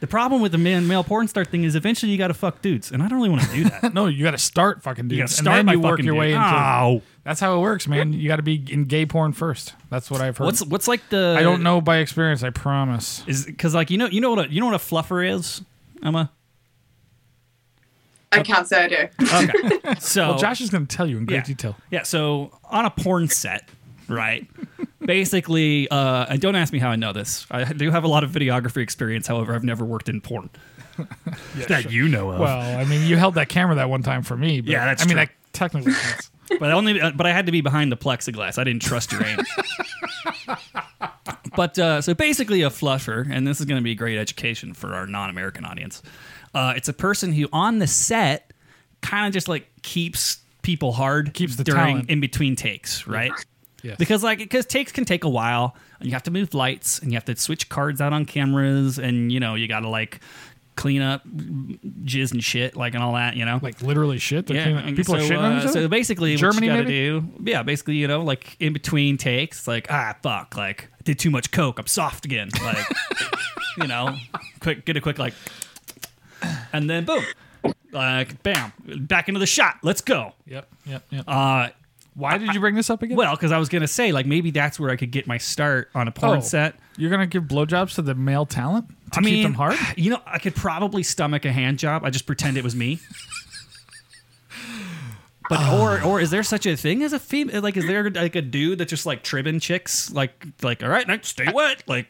S3: The problem with the man male porn star thing is eventually you got to fuck dudes, and I don't really want to do that.
S2: no, you got to start fucking
S3: You
S2: dudes,
S3: got to start
S2: and
S3: by
S2: then you work
S3: fucking
S2: your way
S3: dude. Oh.
S2: into.
S3: Ow.
S2: That's how it works, man. You got to be in gay porn first. That's what I've heard.
S3: What's what's like the
S2: I don't know by experience. I promise.
S3: is because like you know you know what a, you know what a fluffer is, Emma.
S4: I can't say I do.
S3: Okay. So
S2: Well, Josh is going to tell you in great
S3: Oh. yeah.
S2: detail.
S3: Yeah, so on a porn set, right? basically, uh, and don't ask me how I know this. I do have a lot of videography experience, however, I've never worked in porn. that you know of.
S2: Well, I mean, you held that camera that one time for me. But,
S3: Yeah, that's
S2: I mean,
S3: true.
S2: that technically counts.
S3: but I only uh, but I had to be behind the plexiglass. I didn't trust your aim. but uh, so basically, a fluffer, and this is going to be a great education for our non-American audience. Uh, it's a person who on the set kind of just like keeps people hard,
S2: Keeps the
S3: during
S2: talent.
S3: in between takes, right?
S2: Yes.
S3: Because like because takes can take a while, and you have to move lights, and you have to switch cards out on cameras, and you know you got to like clean up jizz and shit, like and all that, you know.
S2: like literally shit. They're
S3: Yeah,
S2: cleaning- people
S3: so,
S2: are shitting on
S3: uh,
S2: each other.
S3: So basically,
S2: Germany,
S3: what you gotta
S2: maybe?
S3: do, yeah, basically, you know, like in between takes, like ah, fuck, like I did too much coke, I'm soft again, like, you know, quick, get a quick like, and then boom, like bam, back into the shot, let's go.
S2: Yep, yep, yep.
S3: Uh,
S2: Why did you bring this up again?
S3: well, because I was gonna say like maybe that's where I could get my start on a porn
S2: Oh,
S3: set.
S2: You're gonna give blowjobs to the male talent to
S3: I
S2: keep
S3: mean,
S2: them hard.
S3: You know, I could probably stomach a hand job. I just pretend it was me. But or or is there such a thing as a female? Like, is there like a dude that's just like tribbing chicks? Like like all right, now stay wet. Like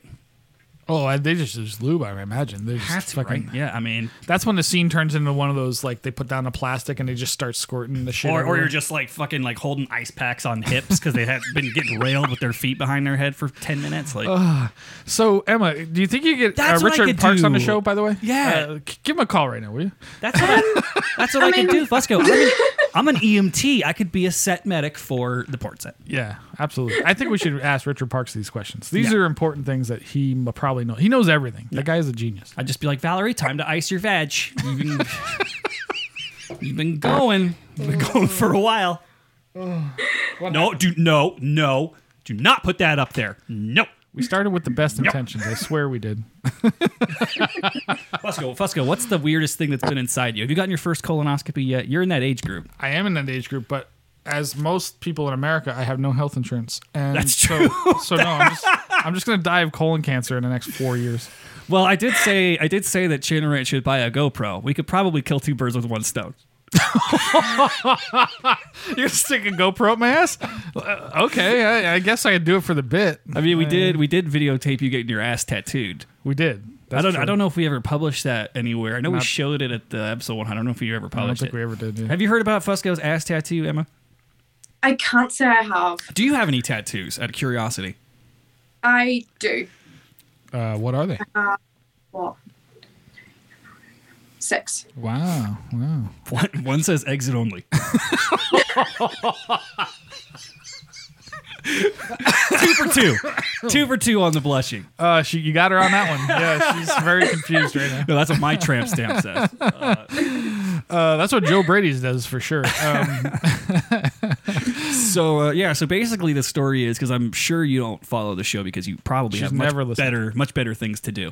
S2: Oh, and they just use lube. I imagine they just fucking.
S3: right? Yeah, I mean,
S2: That's when the scene turns into one of those like they put down a plastic and they just start squirting the shit.
S3: or or
S2: everywhere.
S3: you're just like fucking like holding ice packs on hips because they have been getting railed with their feet behind their head for ten minutes.
S2: Oh,
S3: Like
S2: so Emma. Do you think you get uh,
S3: That's what I
S2: Richard
S3: could
S2: Parks on the
S3: do.
S2: show? By the way,
S3: Yeah.
S2: Uh, c- give him a call right now, will you?
S3: that's what I, that's what I, can do, Fusco. I'm an, I'm an EMT. I could be a set medic for the port set.
S2: Yeah, absolutely. I think we should ask Richard Parks these questions. These
S3: Yeah.
S2: are important things that he m- probably knows. He knows everything. That guy is a genius.
S3: I'd just be like, Valerie, time to ice your veg. You've been, you've been going, you've been going for a while. No, do no, no, do not put that up there. No,
S2: We started with the best intentions. I swear we did.
S3: Fusco, Fusco. What's the weirdest thing that's been inside you? Have you gotten your first colonoscopy yet? You're in that age group.
S2: I am in that age group, but as most people in America, I have no health insurance. And
S3: That's
S2: So, so no, I'm just, I'm just going to die of colon cancer in the next four years.
S3: Well, I did say I did say that Chin Ranch should buy a GoPro. We could probably kill two birds with one stone.
S2: You're going to stick a GoPro up my ass? Uh, Okay, I, I guess I could do it for the bit.
S3: I mean, we did we did videotape you getting your ass tattooed.
S2: We did.
S3: I
S2: That's
S3: don't
S2: true.
S3: I don't know if we ever published that anywhere. I know we
S2: Not-
S3: showed it at the episode one. I don't know if you ever
S2: I don't
S3: published
S2: think
S3: it.
S2: we ever did. yeah.
S3: Have you heard about Fusco's ass tattoo, Emma?
S4: I can't say I have.
S3: Do you have any tattoos out of curiosity?
S4: I do.
S2: Uh, what are they?
S4: What? six.
S2: Wow. Wow.
S3: One, one says exit only. two for two. Two for two on the blushing.
S2: Uh, she, you got her on that one. Yeah, she's very confused right now.
S3: No, that's what my tramp stamp says.
S2: Uh, that's what Joe Brady's does for sure. Um,
S3: So uh, yeah, so basically the story is because I'm sure you don't follow the show because you probably
S2: She's
S3: have much
S2: never listened.
S3: better, much better things to do,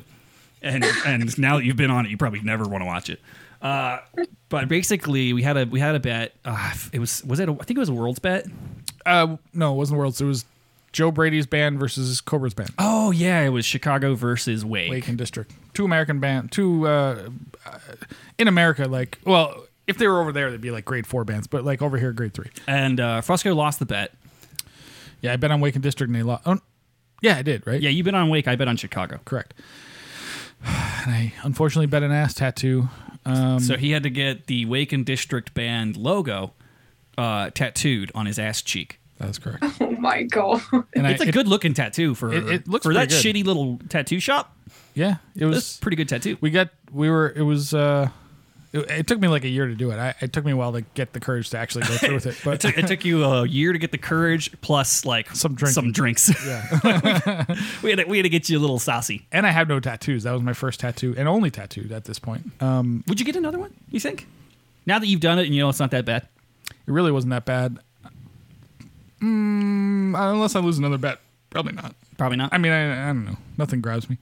S3: and and now that you've been on it, you probably never want to watch it. Uh, but basically, we had a we had a bet. Uh, it was was it a, I think it was a world's bet.
S2: uh, no, it wasn't Worlds. It was Joe Brady's band versus Cobra's band.
S3: Oh yeah, it was Chicago versus Wake.
S2: Lake and District. Two American band. Two uh, uh, in America, like well, if they were over there, they'd be like grade four bands, but like over here, grade three.
S3: And uh, Fusco lost the bet.
S2: Yeah, I bet on Wake and District, and they lost. Oh, yeah, I did. Right.
S3: Yeah, you bet on Wake. I bet on Chicago.
S2: Correct. And I unfortunately bet an ass tattoo. Um,
S3: So he had to get the Wake and District band logo uh, tattooed on his ass cheek.
S2: that's correct.
S4: Oh my god.
S2: And
S3: It's
S2: I,
S3: a
S2: it-
S3: good looking tattoo for
S2: it- it looks
S3: for that
S2: pretty
S3: shitty little tattoo shop.
S2: Yeah, it
S3: That's
S2: was.
S3: a pretty good tattoo.
S2: we got. We were. It was. uh it, it took me like a year to do it. I, it took me a while to get the courage to actually go through with it. But
S3: It took, it took you a year to get the courage, plus like
S2: Some drinking.
S3: Some drinks. we had to, we had to get you a little saucy.
S2: and I have no tattoos. That was my first tattoo and only tattoo at this point. Um,
S3: Would you get another one? You think? Now that you've done it, and you know it's not that bad.
S2: it really wasn't that bad. Mm, unless I lose another bet, probably not.
S3: Probably not.
S2: I mean, I, I don't know. Nothing grabs me.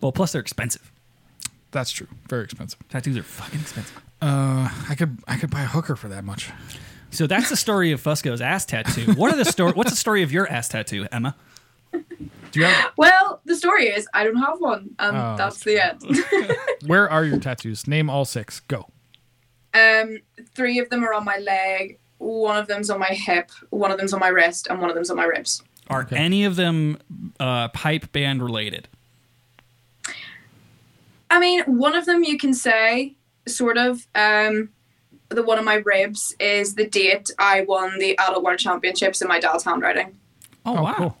S3: well, plus they're expensive.
S2: That's true. Very expensive.
S3: Tattoos are fucking expensive.
S2: Uh, I could I could buy a hooker for that much.
S3: So that's the story of Fusco's ass tattoo. What are the story? What's the story of your ass tattoo, Emma?
S2: Do you have?
S4: Well, the story is I don't have one, and
S2: Oh,
S4: that's the end.
S2: Where are your tattoos? Name all six. Go.
S4: um, three of them are on my leg. One of them's on my hip. One of them's on my wrist, and one of them's on my ribs.
S3: Are any of them uh, pipe band related?
S4: I mean, one of them you can say, sort of. Um, the one on my ribs is the date I won the Adult World Championships in my dad's handwriting.
S3: Oh, wow!
S2: cool.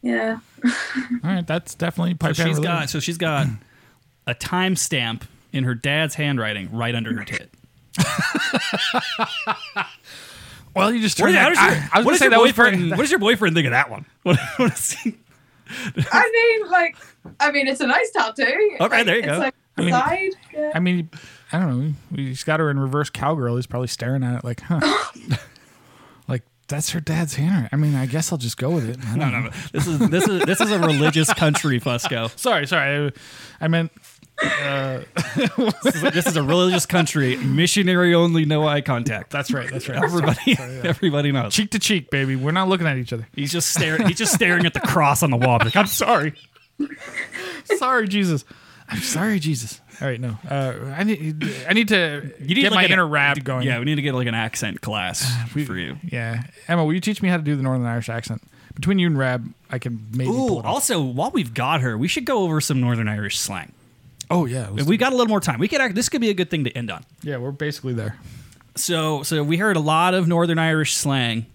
S4: Yeah.
S2: All right, that's definitely
S3: So
S2: pipe band
S3: she's
S2: related.
S3: got so she's got a timestamp in her dad's handwriting right under her tit.
S2: Well, you just
S3: What
S2: turned that.
S3: does your-
S2: I, I was
S3: what
S2: gonna
S3: does
S2: say
S3: your
S2: that was
S3: boyfriend-
S2: pretty-
S3: what does your boyfriend think of that one? What, what is he-
S4: I mean, like, I mean, it's a nice tattoo.
S3: All right, there you
S4: it's
S3: go.
S4: Like,
S2: I mean-
S4: side. Yeah.
S2: I mean, I don't know. He's got her in reverse cowgirl. He's probably staring at it like, huh? like that's her dad's handwriting. I mean, I guess I'll just go with it. I don't know.
S3: this is this is this is a religious country, Fusco.
S2: Sorry, sorry. I, I meant
S3: This is, this is a religious country. Missionary only, no eye contact.
S2: that's right. That's right.
S3: Everybody, everybody knows.
S2: cheek to cheek, baby. We're not looking at each other.
S3: He's just staring. He's just staring at the cross on the wall. Like, I'm sorry.
S2: Sorry, Jesus. I'm sorry, Jesus. All right, no. Uh, I need. I need to get my
S3: an-
S2: inner rap going.
S3: Yeah, we need to get like an accent class for you.
S2: Yeah. Emma, will you teach me how to do the Northern Irish accent? Between you and Rab, I can maybe. pull
S3: Ooh.
S2: it off.
S3: Also, while we've got her, we should go over some Northern Irish slang.
S2: Oh yeah. let's
S3: If we got a little more time, we could. Act, this could be a good thing to end on.
S2: do- yeah, we're basically there.
S3: So, so we heard a lot of Northern Irish slang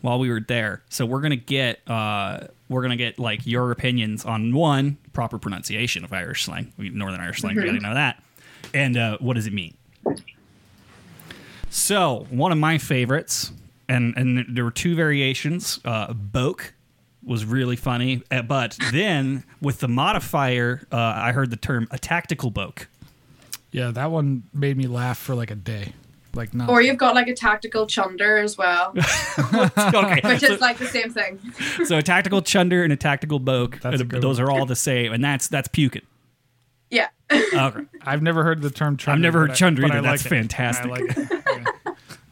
S3: while we were there. So we're gonna get, uh, we're gonna get like your opinions on one proper pronunciation of Irish slang, We- Northern Irish slang.
S4: Mm-hmm.
S3: We gotta know that, and uh, what does it mean? So one of my favorites, and and there were two variations. Uh, Boke was really funny, uh, but then with the modifier, uh, I heard the term a tactical boke.
S2: Yeah, that one made me laugh for like a day. Like not.
S4: Or you've got like a tactical chunder as well,
S3: Okay,
S4: which is like the same thing.
S3: So a tactical chunder and a tactical boke, uh,
S2: That's a good
S3: those are all the same, and that's that's puking.
S4: Yeah.
S3: Okay.
S2: I've never heard the term chunder.
S3: I've never heard
S2: but I-
S3: chunder
S2: but I
S3: either. That's
S2: like it.
S3: fantastic.
S2: I like it.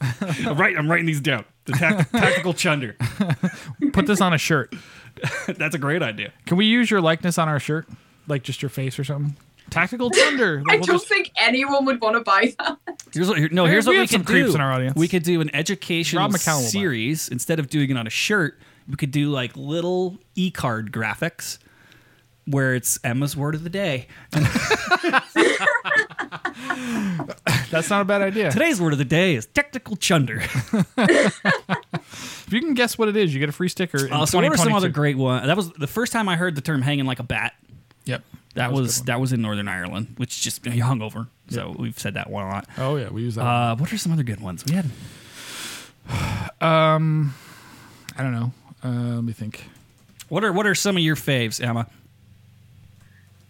S3: I'm, right, I'm writing these down. The tac- tactical chunder.
S2: Put this on a shirt.
S3: That's a great idea.
S2: Can we use your likeness on our shirt? Like just your face or something? Tactical chunder.
S4: I
S2: Like, we'll
S4: don't
S2: just-
S4: think anyone would want to buy that.
S3: Here's what, here- no, here's
S2: we
S3: what we
S2: have some
S3: could
S2: creeps
S3: do.
S2: in our audience.
S3: We could do an educational
S2: Rob McCallum will buy it.
S3: series instead of doing it on a shirt. We could do like little e-card graphics where it's Emma's word of the day,
S2: That's not a bad idea.
S3: today's word of the day is tactical chunder.
S2: If you can guess what it is, you get a free sticker. In
S3: Uh, so what are some
S2: 2022.
S3: other great ones? That was the first time I heard the term "hanging like a bat."
S2: Yep.
S3: That, was,
S2: a good
S3: that was in Northern Ireland, which just you know, hungover. So we've said that one a lot.
S2: Oh yeah, we use that.
S3: Uh, what are some other good ones? We had
S2: um, I don't know. Uh, let me think.
S3: what are what are some of your faves, Emma?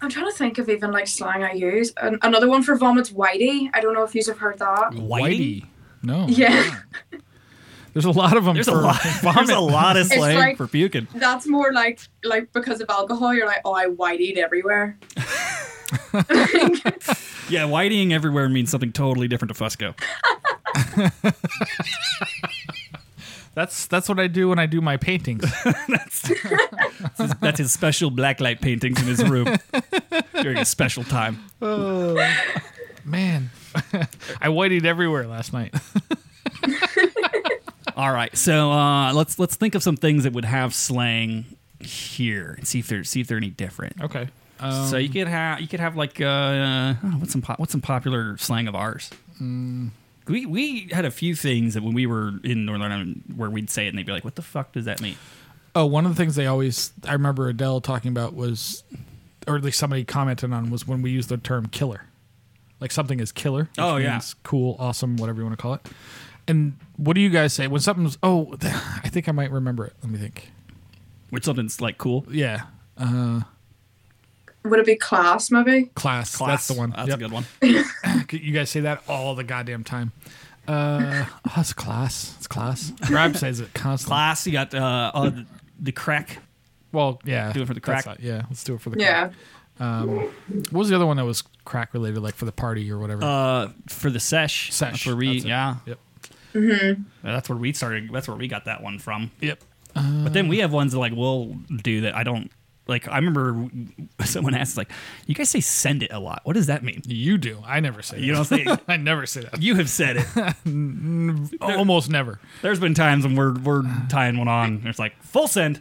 S4: I'm trying to think of even like slang I use. An- another one for vomits, whitey. I don't know if you've heard that.
S3: Whitey?
S2: No.
S4: Yeah,
S2: There's a lot of them.
S3: There's a
S2: for
S3: lot.
S2: Vomit.
S3: There's a lot of
S4: It's
S3: slang
S4: like-
S3: for puking.
S4: that's more like like because of alcohol. You're like, oh, I whiteyed everywhere.
S3: Yeah, whiteying everywhere means something totally different to Fusco.
S2: That's that's what I do when I do my paintings.
S3: That's his special blacklight paintings in his room during a special time.
S2: Man, I whited everywhere last night.
S3: All right, so uh, let's let's think of some things that would have slang here and see if they're see if they're any different.
S2: Okay. Um,
S3: so you could have you could have like uh, uh, oh, what's some po- what's some popular slang of ours.
S2: Mm.
S3: We we had a few things that when we were in Northern Ireland where we'd say it and they'd be like, "What the fuck does that mean?"
S2: oh, one of the things they always I remember Adele talking about was, or at least somebody commented on was when we use the term killer, like something is killer. which
S3: Oh, yeah.
S2: means cool, awesome, whatever you want to call it. And what do you guys say when something's? Oh, I think I might remember it. Let me think.
S3: Which something's like cool.
S2: Yeah,
S4: Would it be class maybe?
S2: class. That's the one.
S3: That's
S2: Yep.
S3: a good one.
S2: You guys say that all the goddamn time. Uh, oh, it's class. It's class. Grab says it constantly.
S3: Class. You got uh, uh, the crack.
S2: Well, yeah.
S3: Do it for the
S2: That's
S3: crack.
S2: not- yeah, let's do it for the
S4: Yeah.
S2: crack. What was the other one that was crack related, like for the party or whatever?
S3: Uh, for the sesh.
S2: Sesh,
S3: That's where we
S2: that's it.
S3: yeah.
S2: yep.
S3: That's where we started. That's where we got that one from.
S2: Yep.
S3: But
S2: Mm.
S3: then we have ones that like we'll do that I don't like. I remember someone asked like, "You guys say send it a lot. What does that mean?"
S2: You do. I never say that.
S3: You don't say.
S2: I never say that.
S3: you have said it.
S2: Almost never.
S3: There's been times when we're we're tying one on. and It's like full send.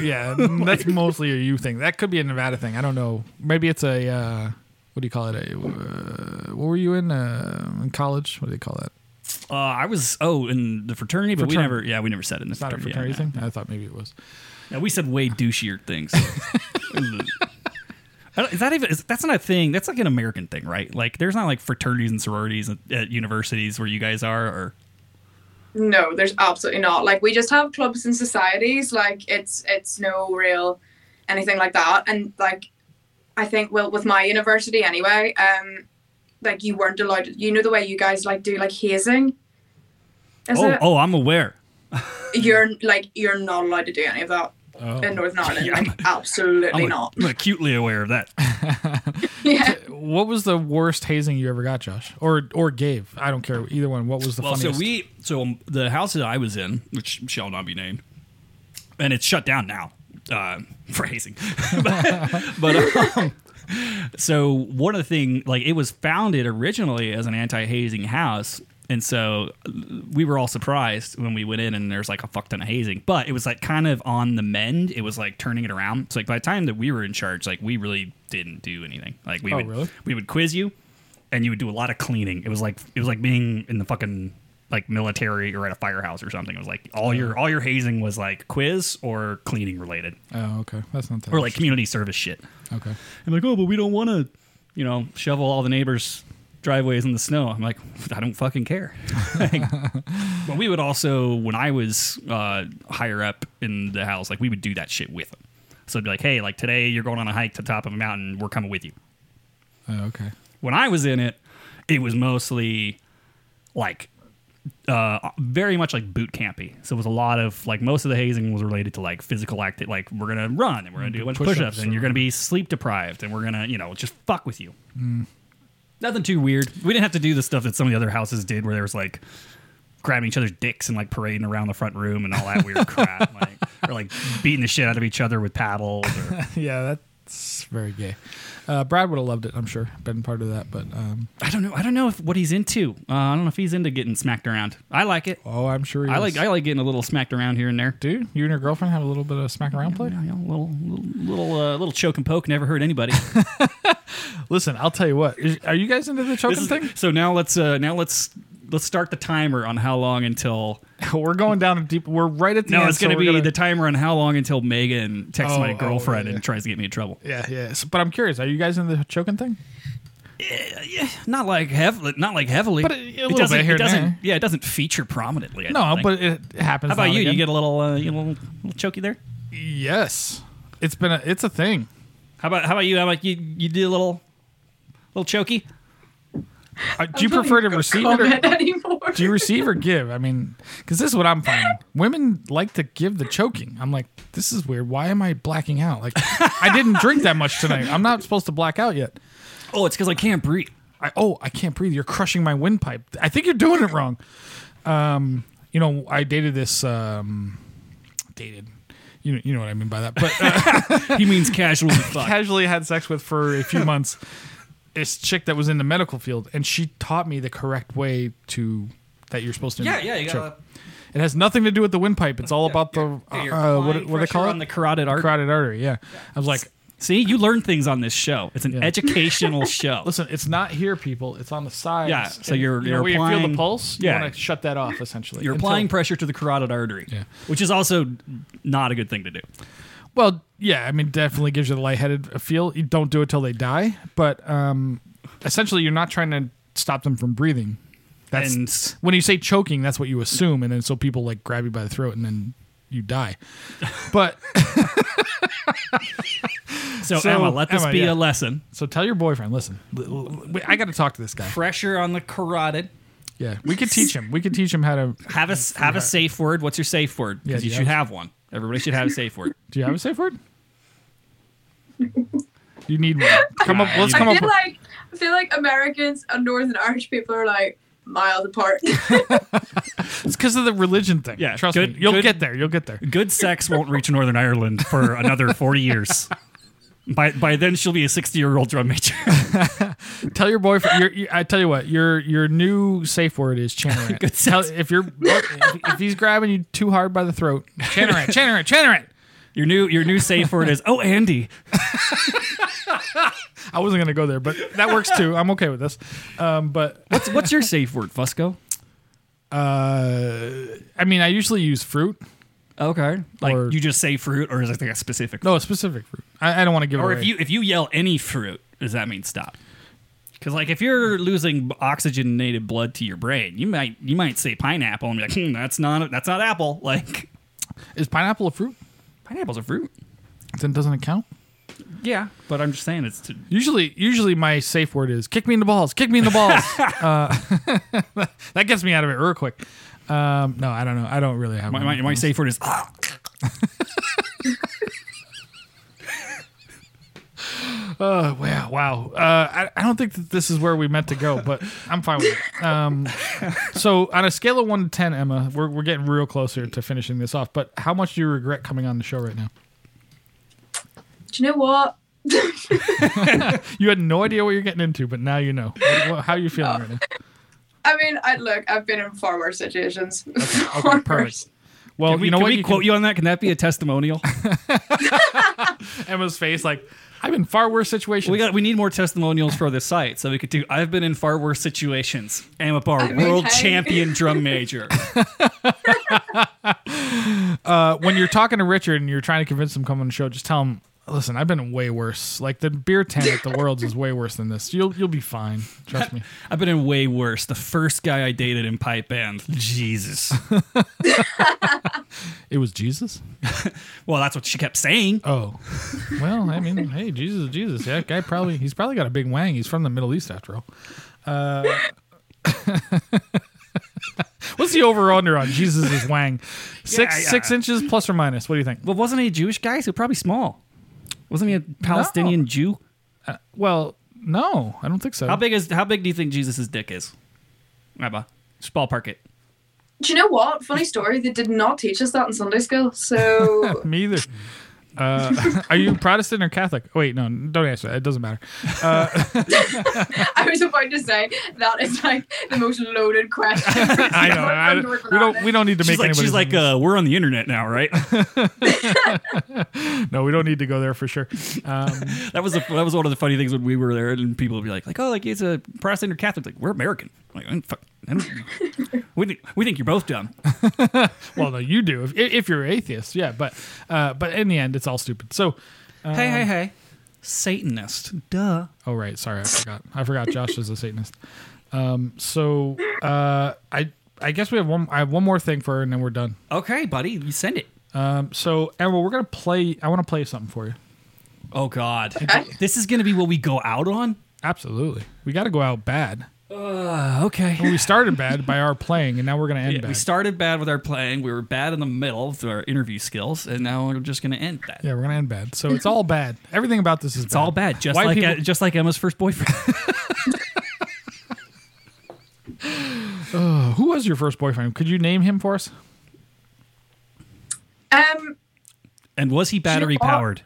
S2: Yeah, that's mostly a you thing. That could be a Nevada thing. I don't know. Maybe it's a, uh, what do you call it? A, uh, what were you in uh, in college? What do they call that?
S3: Uh, I was oh in the fraternity, but we
S2: Fratern-
S3: never. Yeah, we never said it. In the
S2: Not a fraternity
S3: yeah,
S2: thing? I thought maybe it was.
S3: No, No, we said way douchier things. I don't- Is that even? Is, that's not a thing. That's like an American thing, right? Like, there's not like fraternities and sororities at, at universities where you guys are, or
S4: No, there's absolutely not. Like we just have clubs and societies. Like it's it's no real anything like that. And like I think well with my university anyway, um, like you weren't allowed. you know the way you guys like do like hazing. Is
S3: oh,
S4: it?
S3: oh, I'm aware.
S4: You're like you're not allowed to do any of that
S2: Oh.
S4: in Northern Ireland.
S3: Yeah,
S4: Like absolutely
S3: I'm,
S4: not.
S3: I'm acutely aware of that.
S4: Yeah.
S2: What was the worst hazing you ever got, Josh? Or or gave? I don't care either one. What was the
S3: Well, so
S2: funniest?
S3: we, so um, the house that I was in, which shall not be named, and it's shut down now. Uh, phrasing, but, but um, so one of the thing, like it was founded originally as an anti-hazing house, and so uh, we were all surprised when we went in and there's like a fuck ton of hazing, but it was like kind of on the mend. It was like turning it around. So like by the time that we were in charge, like we really didn't do anything. Like we
S2: Oh,
S3: would
S2: really?
S3: we would quiz you, and you would do a lot of cleaning. It was like it was like being in the fucking like military or at a firehouse or something. It was like all your all your hazing was like quiz or cleaning related
S2: oh, okay. That's not that.
S3: or like community service shit.
S2: okay.
S3: I'm like, oh, but we don't want to, you know, shovel all the neighbors' driveways in the snow. I'm like, I don't fucking care. Like, but we would also, when I was uh, higher up in the house, like we would do that shit with them. So it'd be like, hey, like today you're going on a hike to the top of a mountain. We're coming with you.
S2: Oh, okay.
S3: When I was in it, it was mostly like uh, very much like boot campy. So it was a lot of like most of the hazing was related to like physical act. Like we're gonna run and we're gonna do a bunch of
S2: Push-ups
S3: push ups Mm-hmm. and
S2: or-
S3: you're gonna be sleep deprived and we're gonna you know just fuck with you. Nothing too weird. We didn't have to do the stuff that some of the other houses did, where there was like grabbing each other's dicks and like parading around the front room and all that weird crap, like, or like beating the shit out of each other with paddles. Or,
S2: Yeah, that's very gay. Uh, Brad would have loved it, I'm sure. Been part of that, but um,
S3: I don't know. I don't know if what he's into. Uh, I don't know if he's into getting smacked around. I like it.
S2: oh, I'm sure. He
S3: I
S2: was.
S3: like I like getting a little smacked around here and there.
S2: dude. You and your girlfriend have a little bit of smack around play.
S3: Yeah, yeah, little little little, uh, little choke and poke never hurt anybody.
S2: Listen, I'll tell you what. Is, are you guys into the choking thing?
S3: so now let's uh, now let's let's start the timer on how long until
S2: we're going down a deep. We're right at the
S3: no
S2: end.
S3: it's
S2: so
S3: gonna
S2: we're
S3: be the timer on how long until Megan texts
S2: Oh,
S3: my
S2: oh,
S3: girlfriend
S2: yeah, yeah.
S3: and tries to get me in trouble.
S2: yeah, yeah. So- but I'm curious. Are you guys into the choking thing?
S3: Yeah, yeah, not like heavily, not like heavily,
S2: But a- a little
S3: doesn't.
S2: bit here
S3: it
S2: and
S3: doesn't.
S2: there.
S3: Yeah, it doesn't feature prominently. I don't
S2: No,
S3: think.
S2: but it happens.
S3: how about
S2: now
S3: you?
S2: and
S3: You
S2: again.
S3: get a little, uh, you get a little, little choky there.
S2: yes. It's been a it's a thing.
S3: How about how about you? How about you? You do a little, little choky.
S2: Uh, do you prefer to receive it or
S4: comment anymore.
S2: do you receive or give? I mean, because this is what I'm finding. Women like to give the choking. I'm like, this is weird. Why am I blacking out? Like, I didn't drink that much tonight. I'm not supposed to black out yet.
S3: Oh, it's because I can't breathe.
S2: I, oh, I can't breathe. You're crushing my windpipe. I think you're doing it wrong. Um, you know, I dated this. Um, dated. You know, you know what I mean by that. But uh,
S3: he means casual as fuck.
S2: casually had sex with for a few months. This chick that was in the medical field, and she taught me the correct way to that you're supposed to.
S3: yeah, yeah, you
S2: choke.
S3: got
S2: It has nothing to do with the windpipe. It's all about the uh, what what do they call
S3: On the
S2: it?
S3: carotid artery.
S2: Carotid artery. Yeah. I was like,
S3: See, you learn things on this show. It's an educational show.
S2: listen, it's not here, people. It's on the sides.
S3: Yeah, so
S2: And,
S3: you're-
S2: you
S3: you're
S2: know, where you feel
S3: applying-
S2: the pulse.
S3: Yeah.
S2: You want to shut that off essentially.
S3: You're
S2: Until-
S3: applying pressure to the carotid artery,
S2: Yeah.
S3: which is also not a good thing to do.
S2: Well, yeah. I mean, definitely gives you the lightheaded feel. You don't do it till they die, but um, essentially, you're not trying to stop them from breathing. That's
S3: And
S2: when you say choking, that's what you assume, and then so people like grab you by the throat and then you die. But
S3: so,
S2: So,
S3: Emma, let this
S2: Emma,
S3: be
S2: yeah.
S3: a lesson.
S2: so tell your boyfriend, listen, l- l- wait, I got to talk to this guy.
S3: Pressure on the carotid.
S2: Yeah, we could teach him. We could teach him how to.
S3: Have a s- have a safe word. What's your safe word?
S2: Yeah,
S3: Because
S2: do
S3: you
S2: you
S3: should
S2: have-
S3: have one. Everybody should have a safe word.
S2: Do you have a safe word? You need one. Come up.
S3: Yeah,
S2: Let's
S3: you
S4: I
S2: come
S4: feel
S2: up. with-
S4: like I feel like Americans and Northern Irish people are like miles apart.
S2: It's because of the religion thing.
S3: Yeah,
S2: trust
S3: good-
S2: me. You'll
S3: good-
S2: get there. You'll get there.
S3: Good sex won't reach Northern Ireland for another forty years. By by then, she'll be a sixty year old drum major.
S2: Tell your boyfriend. Your, your, I tell you what. Your your new safe word is chanarant.
S3: Good
S2: tell,
S3: sense.
S2: if you're if, if he's grabbing you too hard by the throat, chanarant, chanarant, chanarant.
S3: Your new your new safe word is oh Andy.
S2: I wasn't gonna go there, but that works too. I'm okay with this. Um, but
S3: What's what's your safe word, Fusco?
S2: uh, I mean, I usually use fruit.
S3: Okay, like
S2: Or-
S3: you just say fruit, or is it like a specific?
S2: No, a specific fruit. I, I don't want to give
S3: Or
S2: it away.
S3: if you if you yell any fruit, does that mean stop? Because like if you're losing oxygenated blood to your brain, you might you might say pineapple and be like, hmm, that's not that's not apple. Like
S2: is pineapple a fruit?
S3: pineapple's a fruit.
S2: Then doesn't it count?
S3: Yeah, but I'm just saying it's to
S2: Usually, usually my safe word is "kick me in the balls." Kick me in the balls. uh, that gets me out of it real quick. Um, no, I don't know. I don't really have
S3: my
S2: one.
S3: my, my safe word is ah.
S2: Uh, wow, wow. Uh, I, I don't think that this is where we meant to go, but I'm fine with it. Um, so, on a scale of one to ten, Emma, we're we're getting real closer to finishing this off. But how much do you regret coming on the show right now?
S4: Do you know what?
S2: You had no idea what you're getting into, but now you know. What- what- how are you feeling right now?
S3: Uh,
S4: I mean, I look, I've been in far worse situations.
S2: okay,
S4: Far
S2: perfect.
S4: worse.
S2: Well,
S3: Can we,
S2: you know
S3: can
S2: what?
S3: we
S2: You
S3: quote you on that? Can that be a testimonial?
S2: can- Emma's face, like I'm in far worse situations.
S3: we got we need more testimonials for this site, so we could do. I've been in far worse situations. Amapar,
S4: mean,
S3: world
S4: hey.
S3: champion drum major.
S2: uh, when you're talking to Richard and you're trying to convince him to come on the show, just tell him, listen, I've been in way worse. Like the beer tent at the world's is way worse than this. You'll you'll be fine. Trust me.
S3: I've been in way worse. The first guy I dated in pipe band. Jesus.
S2: It was Jesus.
S3: Well, that's what she kept saying.
S2: Oh, well, I mean, hey, Jesus, is Jesus, yeah, guy probably he's probably got a big wang. He's from the Middle East after all. Uh, what's the over under on Jesus's wang? Six
S3: Yeah, yeah.
S2: six inches plus or minus. What do you think?
S3: Well, wasn't he a Jewish guy? So probably small. Wasn't he a Palestinian Jew?
S2: Well, no, I don't think so.
S3: How big is how big do you think Jesus' dick is? Rabbi, just ballpark it.
S4: Do you know what? Funny story. They did not teach us that in Sunday school. So
S2: Me either. Uh, are you Protestant or Catholic? Wait, no, don't answer that. It doesn't matter.
S4: I was about to say that is like the most loaded question.
S2: I know. I, we don't. We don't need to
S3: She's
S2: make
S3: like,
S2: anybody.
S3: she's like uh, we're on the internet now, right?
S2: no, we don't need to go there for sure. Um,
S3: that was a, that was one of the funny things when we were there, and people would be like, like oh, like he's a Protestant or Catholic. Like we're American. Like I don't fuck- I don't- we think, we think you're both dumb.
S2: Well, no, you do if, if you're atheist, yeah. But uh, but in the end, it's all stupid. So
S3: hey, hey, hey. Satanist. Duh.
S2: Oh right, sorry, I forgot. I forgot Josh is a Satanist. Um, so uh, I I guess we have one. I have one more thing for her, and then we're done.
S3: Okay, buddy, you send it.
S2: Um, so Emerald, we're gonna play. I want to play something for you.
S3: Oh God, this is gonna be what we go out on.
S2: Absolutely, we got to go out bad.
S3: Uh, okay.
S2: We started bad by our playing, and now we're gonna end
S3: Yeah,
S2: bad.
S3: we started bad with our playing. We were bad in the middle with our interview skills, and now we're just going to end that.
S2: yeah, we're gonna end bad. So it's all bad. Everything about this is
S3: It's all bad, just like E,
S2: people,
S3: just like Emma's first boyfriend.
S2: who was your first boyfriend? Could you name him for us?
S4: Um,
S3: and was he battery powered?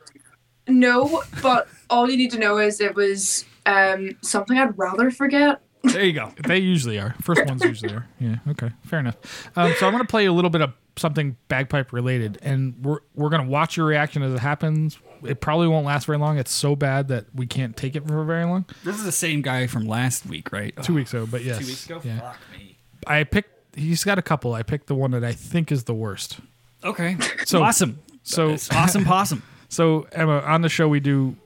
S4: no, but all you need to know is it was um something I'd rather forget.
S3: There you go.
S2: They usually are. First ones usually are. Yeah. Okay. Fair enough. Um, so I'm gonna play a little bit of something bagpipe related, and we're we're gonna watch your reaction as it happens. It probably won't last very long. It's so bad that we can't take it for very long.
S3: This is the same guy from last week, right? Oh,
S2: Two weeks ago, but yes.
S3: Two weeks ago.
S2: Yeah.
S3: Fuck me.
S2: I picked. He's got a couple. I picked the one that I think is the worst.
S3: Okay.
S2: So-
S3: awesome.
S2: so-
S3: It's awesome, possum.
S2: So Emma, on the show we do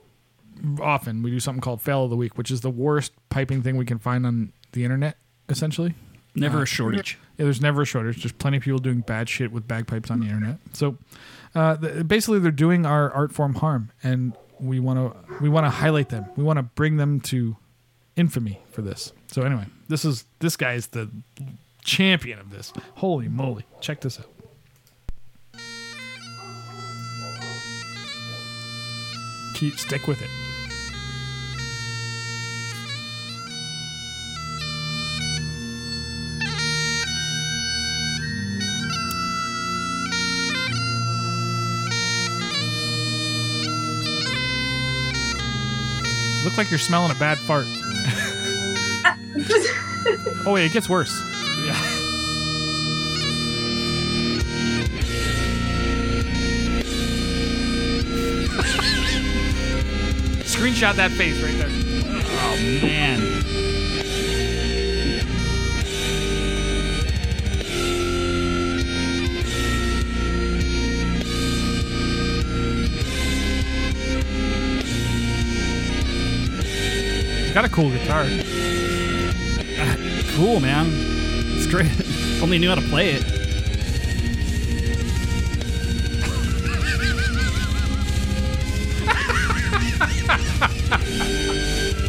S2: often we do something called fail of the week, which is the worst piping thing we can find on the internet. Essentially,
S3: Never a shortage.
S2: yeah, there's never a shortage. There's plenty of people doing bad shit with bagpipes on the internet. So uh, th- basically, they're doing our art form harm, and we want to we want to highlight them. We want to bring them to infamy for this. So anyway, this is this guy is the champion of this. Holy moly! Check this out. Keep stick with it. Look like you're smelling a bad fart. oh wait, it gets worse. Screenshot that face right there.
S3: Oh, Man.
S2: He's got a cool guitar.
S3: Cool, man. It's great. Only knew how to play it.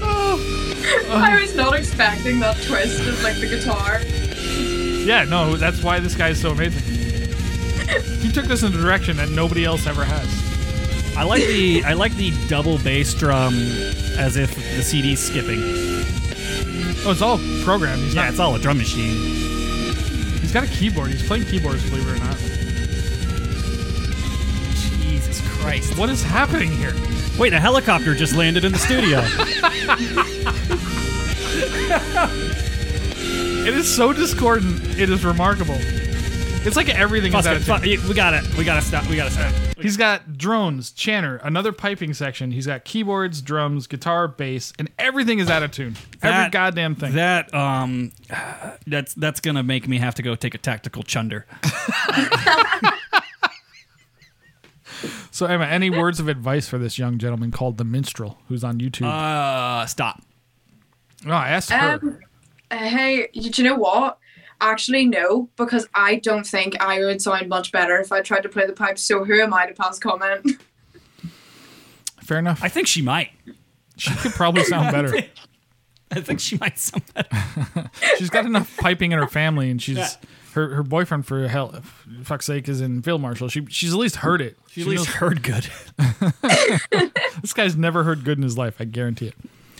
S2: Oh.
S4: I was not expecting that twist of like the guitar.
S2: Yeah, no, that's why this guy is so amazing. he took this in a direction that nobody else ever has.
S3: I like the I like the double bass drum as if the CD's skipping.
S2: Oh, it's all programmed. He's
S3: Yeah,
S2: not.
S3: it's all a drum machine.
S2: He's got a keyboard. He's playing keyboards, believe it or not.
S3: Jesus Christ.
S2: What is happening here?
S3: Wait, a helicopter just landed in the studio.
S2: It is so discordant. It is remarkable. It's like everything is out
S3: Buster,
S2: of
S3: fu-
S2: tune.
S3: we got it. We got to stop. We got to stop.
S2: He's got drones, chanter, another piping section. He's got keyboards, drums, guitar, bass, and everything is out of tune. Every
S3: That-
S2: goddamn thing.
S3: That um, that's that's gonna make me have to go take a tactical chunder.
S2: So, Emma, any words of advice for this young gentleman called the Minstrel who's on YouTube?
S3: Uh, stop.
S2: no, I asked her.
S4: Um, uh, hey, you, do you know what? Actually, no, because I don't think I would sound much better if I tried to play the pipe. So who am I to pass comment?
S2: Fair enough.
S3: I think she might.
S2: she could probably sound better.
S3: I think she might sound better.
S2: She's got enough piping in her family, and she's her, her boyfriend for hell f- fuck's sake is in field marshal. She she's at least heard it.
S3: She
S2: She
S3: at least
S2: knows-
S3: heard good.
S2: this guy's never heard good in his life. I guarantee it.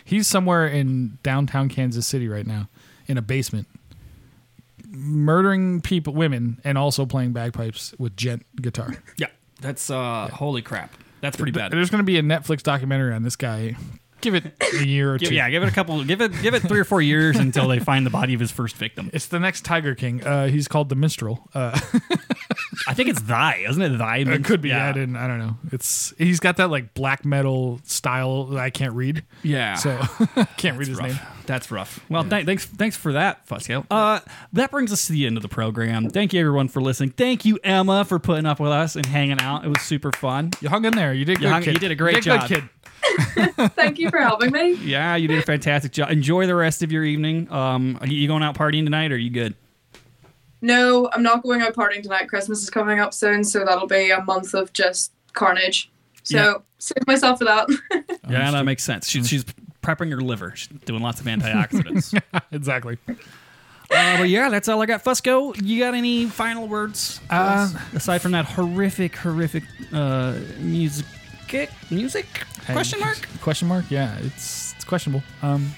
S2: He's somewhere in downtown Kansas City right now, in a basement, murdering people, women, and also playing bagpipes with gent guitar.
S3: Yeah, that's uh, holy crap. That's pretty bad.
S2: There's going to be a Netflix documentary on this guy. Give it a year or two.
S3: Give, yeah, give it a couple. Give it give it three or four years until they find the body of his first victim.
S2: It's the next Tiger King. Uh, he's called the Minstrel. Uh,
S3: I think it's thy, isn't it? Thy.
S2: It could be. Yeah. I didn't. I don't know. It's he's got that like black metal style that I can't read.
S3: Yeah.
S2: So can't read his name.
S3: rough. That's rough. Well, th- thanks thanks for that, Fusco. Uh, that brings us to the end of the program. Thank you everyone for listening. Thank you Emma for putting up with us and hanging out. It was super fun.
S2: You hung in there. You did.
S3: You
S2: good,
S3: hung-
S2: kid.
S3: you did a great
S2: good,
S3: job.
S2: kid.
S4: Thank you for helping me.
S3: Yeah, you did a fantastic job. Enjoy the rest of your evening. Um, are you going out partying tonight? Or are you good?
S4: No, I'm not going out partying tonight. Christmas is coming up soon, so that'll be a month of just carnage. So
S3: Yeah.
S4: save myself for that.
S3: Yeah, that makes sense. She, she's prepping her liver. She's doing lots of antioxidants. uh,
S2: Exactly.
S3: but yeah, that's all I got. Fusco, you got any final words? for us?
S2: Uh,
S3: aside from that horrific, horrific uh, music, music question mark.
S2: Question mark? Yeah, it's it's questionable. Um,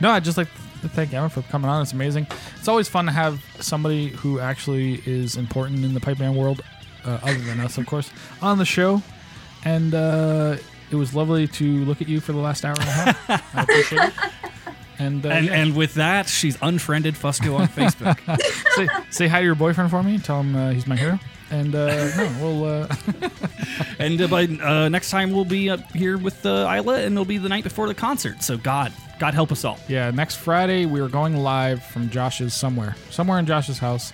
S2: no, I just like to thank Emma for coming on. It's amazing. It's always fun to have somebody who actually is important in the pipe band world, uh, other than us, of course, on the show. And uh, it was lovely to look at you for the last hour and a half. I appreciate it. And, uh,
S3: And
S2: yeah,
S3: and with that, she's unfriended Fusco on Facebook.
S2: say, say hi to your boyfriend for me. Tell him uh, he's my hero. And uh, no, we'll. Uh,
S3: and uh, by uh, next time, we'll be up here with uh, Isla, and it'll be the night before the concert. So God, God help us all.
S2: Yeah, next Friday we are going live from Josh's somewhere, somewhere in Josh's house.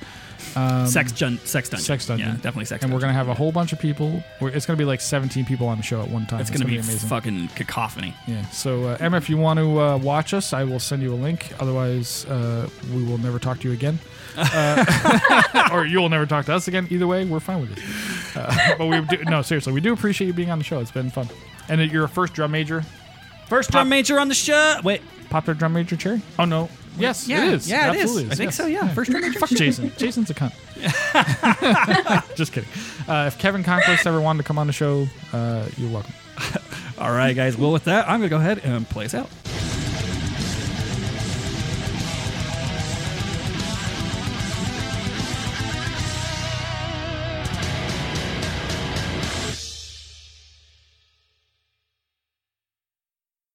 S2: Um,
S3: Sex, dun- sex dungeon.
S2: Sex dungeon.
S3: Yeah, definitely sex.
S2: and
S3: dungeon.
S2: we're gonna have a whole bunch of people. We're, it's gonna be like 17 people on the show at one time.
S3: It's gonna, be,
S2: amazing.
S3: fucking cacophony.
S2: Yeah. So uh, Emma, if you want to uh, watch us, I will send you a link. Otherwise, uh, we will never talk to you again, uh, or you will never talk to us again. Either way, we're fine with it. Uh, but we do, no, seriously, we do appreciate you being on the show. It's been fun, and that you're a first drum major.
S3: First drum major on the show. Wait,
S2: Popular drum major cherry? Oh no! Yes,
S3: yeah,
S2: it is.
S3: yeah, it is.
S2: Absolutely
S3: I think
S2: yes.
S3: so. Yeah, first drum major.
S2: Fuck Jason. Jason's a cunt. Just kidding. Uh, if Kevin Conquest ever wanted to come on the show, uh, you're welcome.
S3: All right, guys. Well, with that, I'm gonna go ahead and play us out.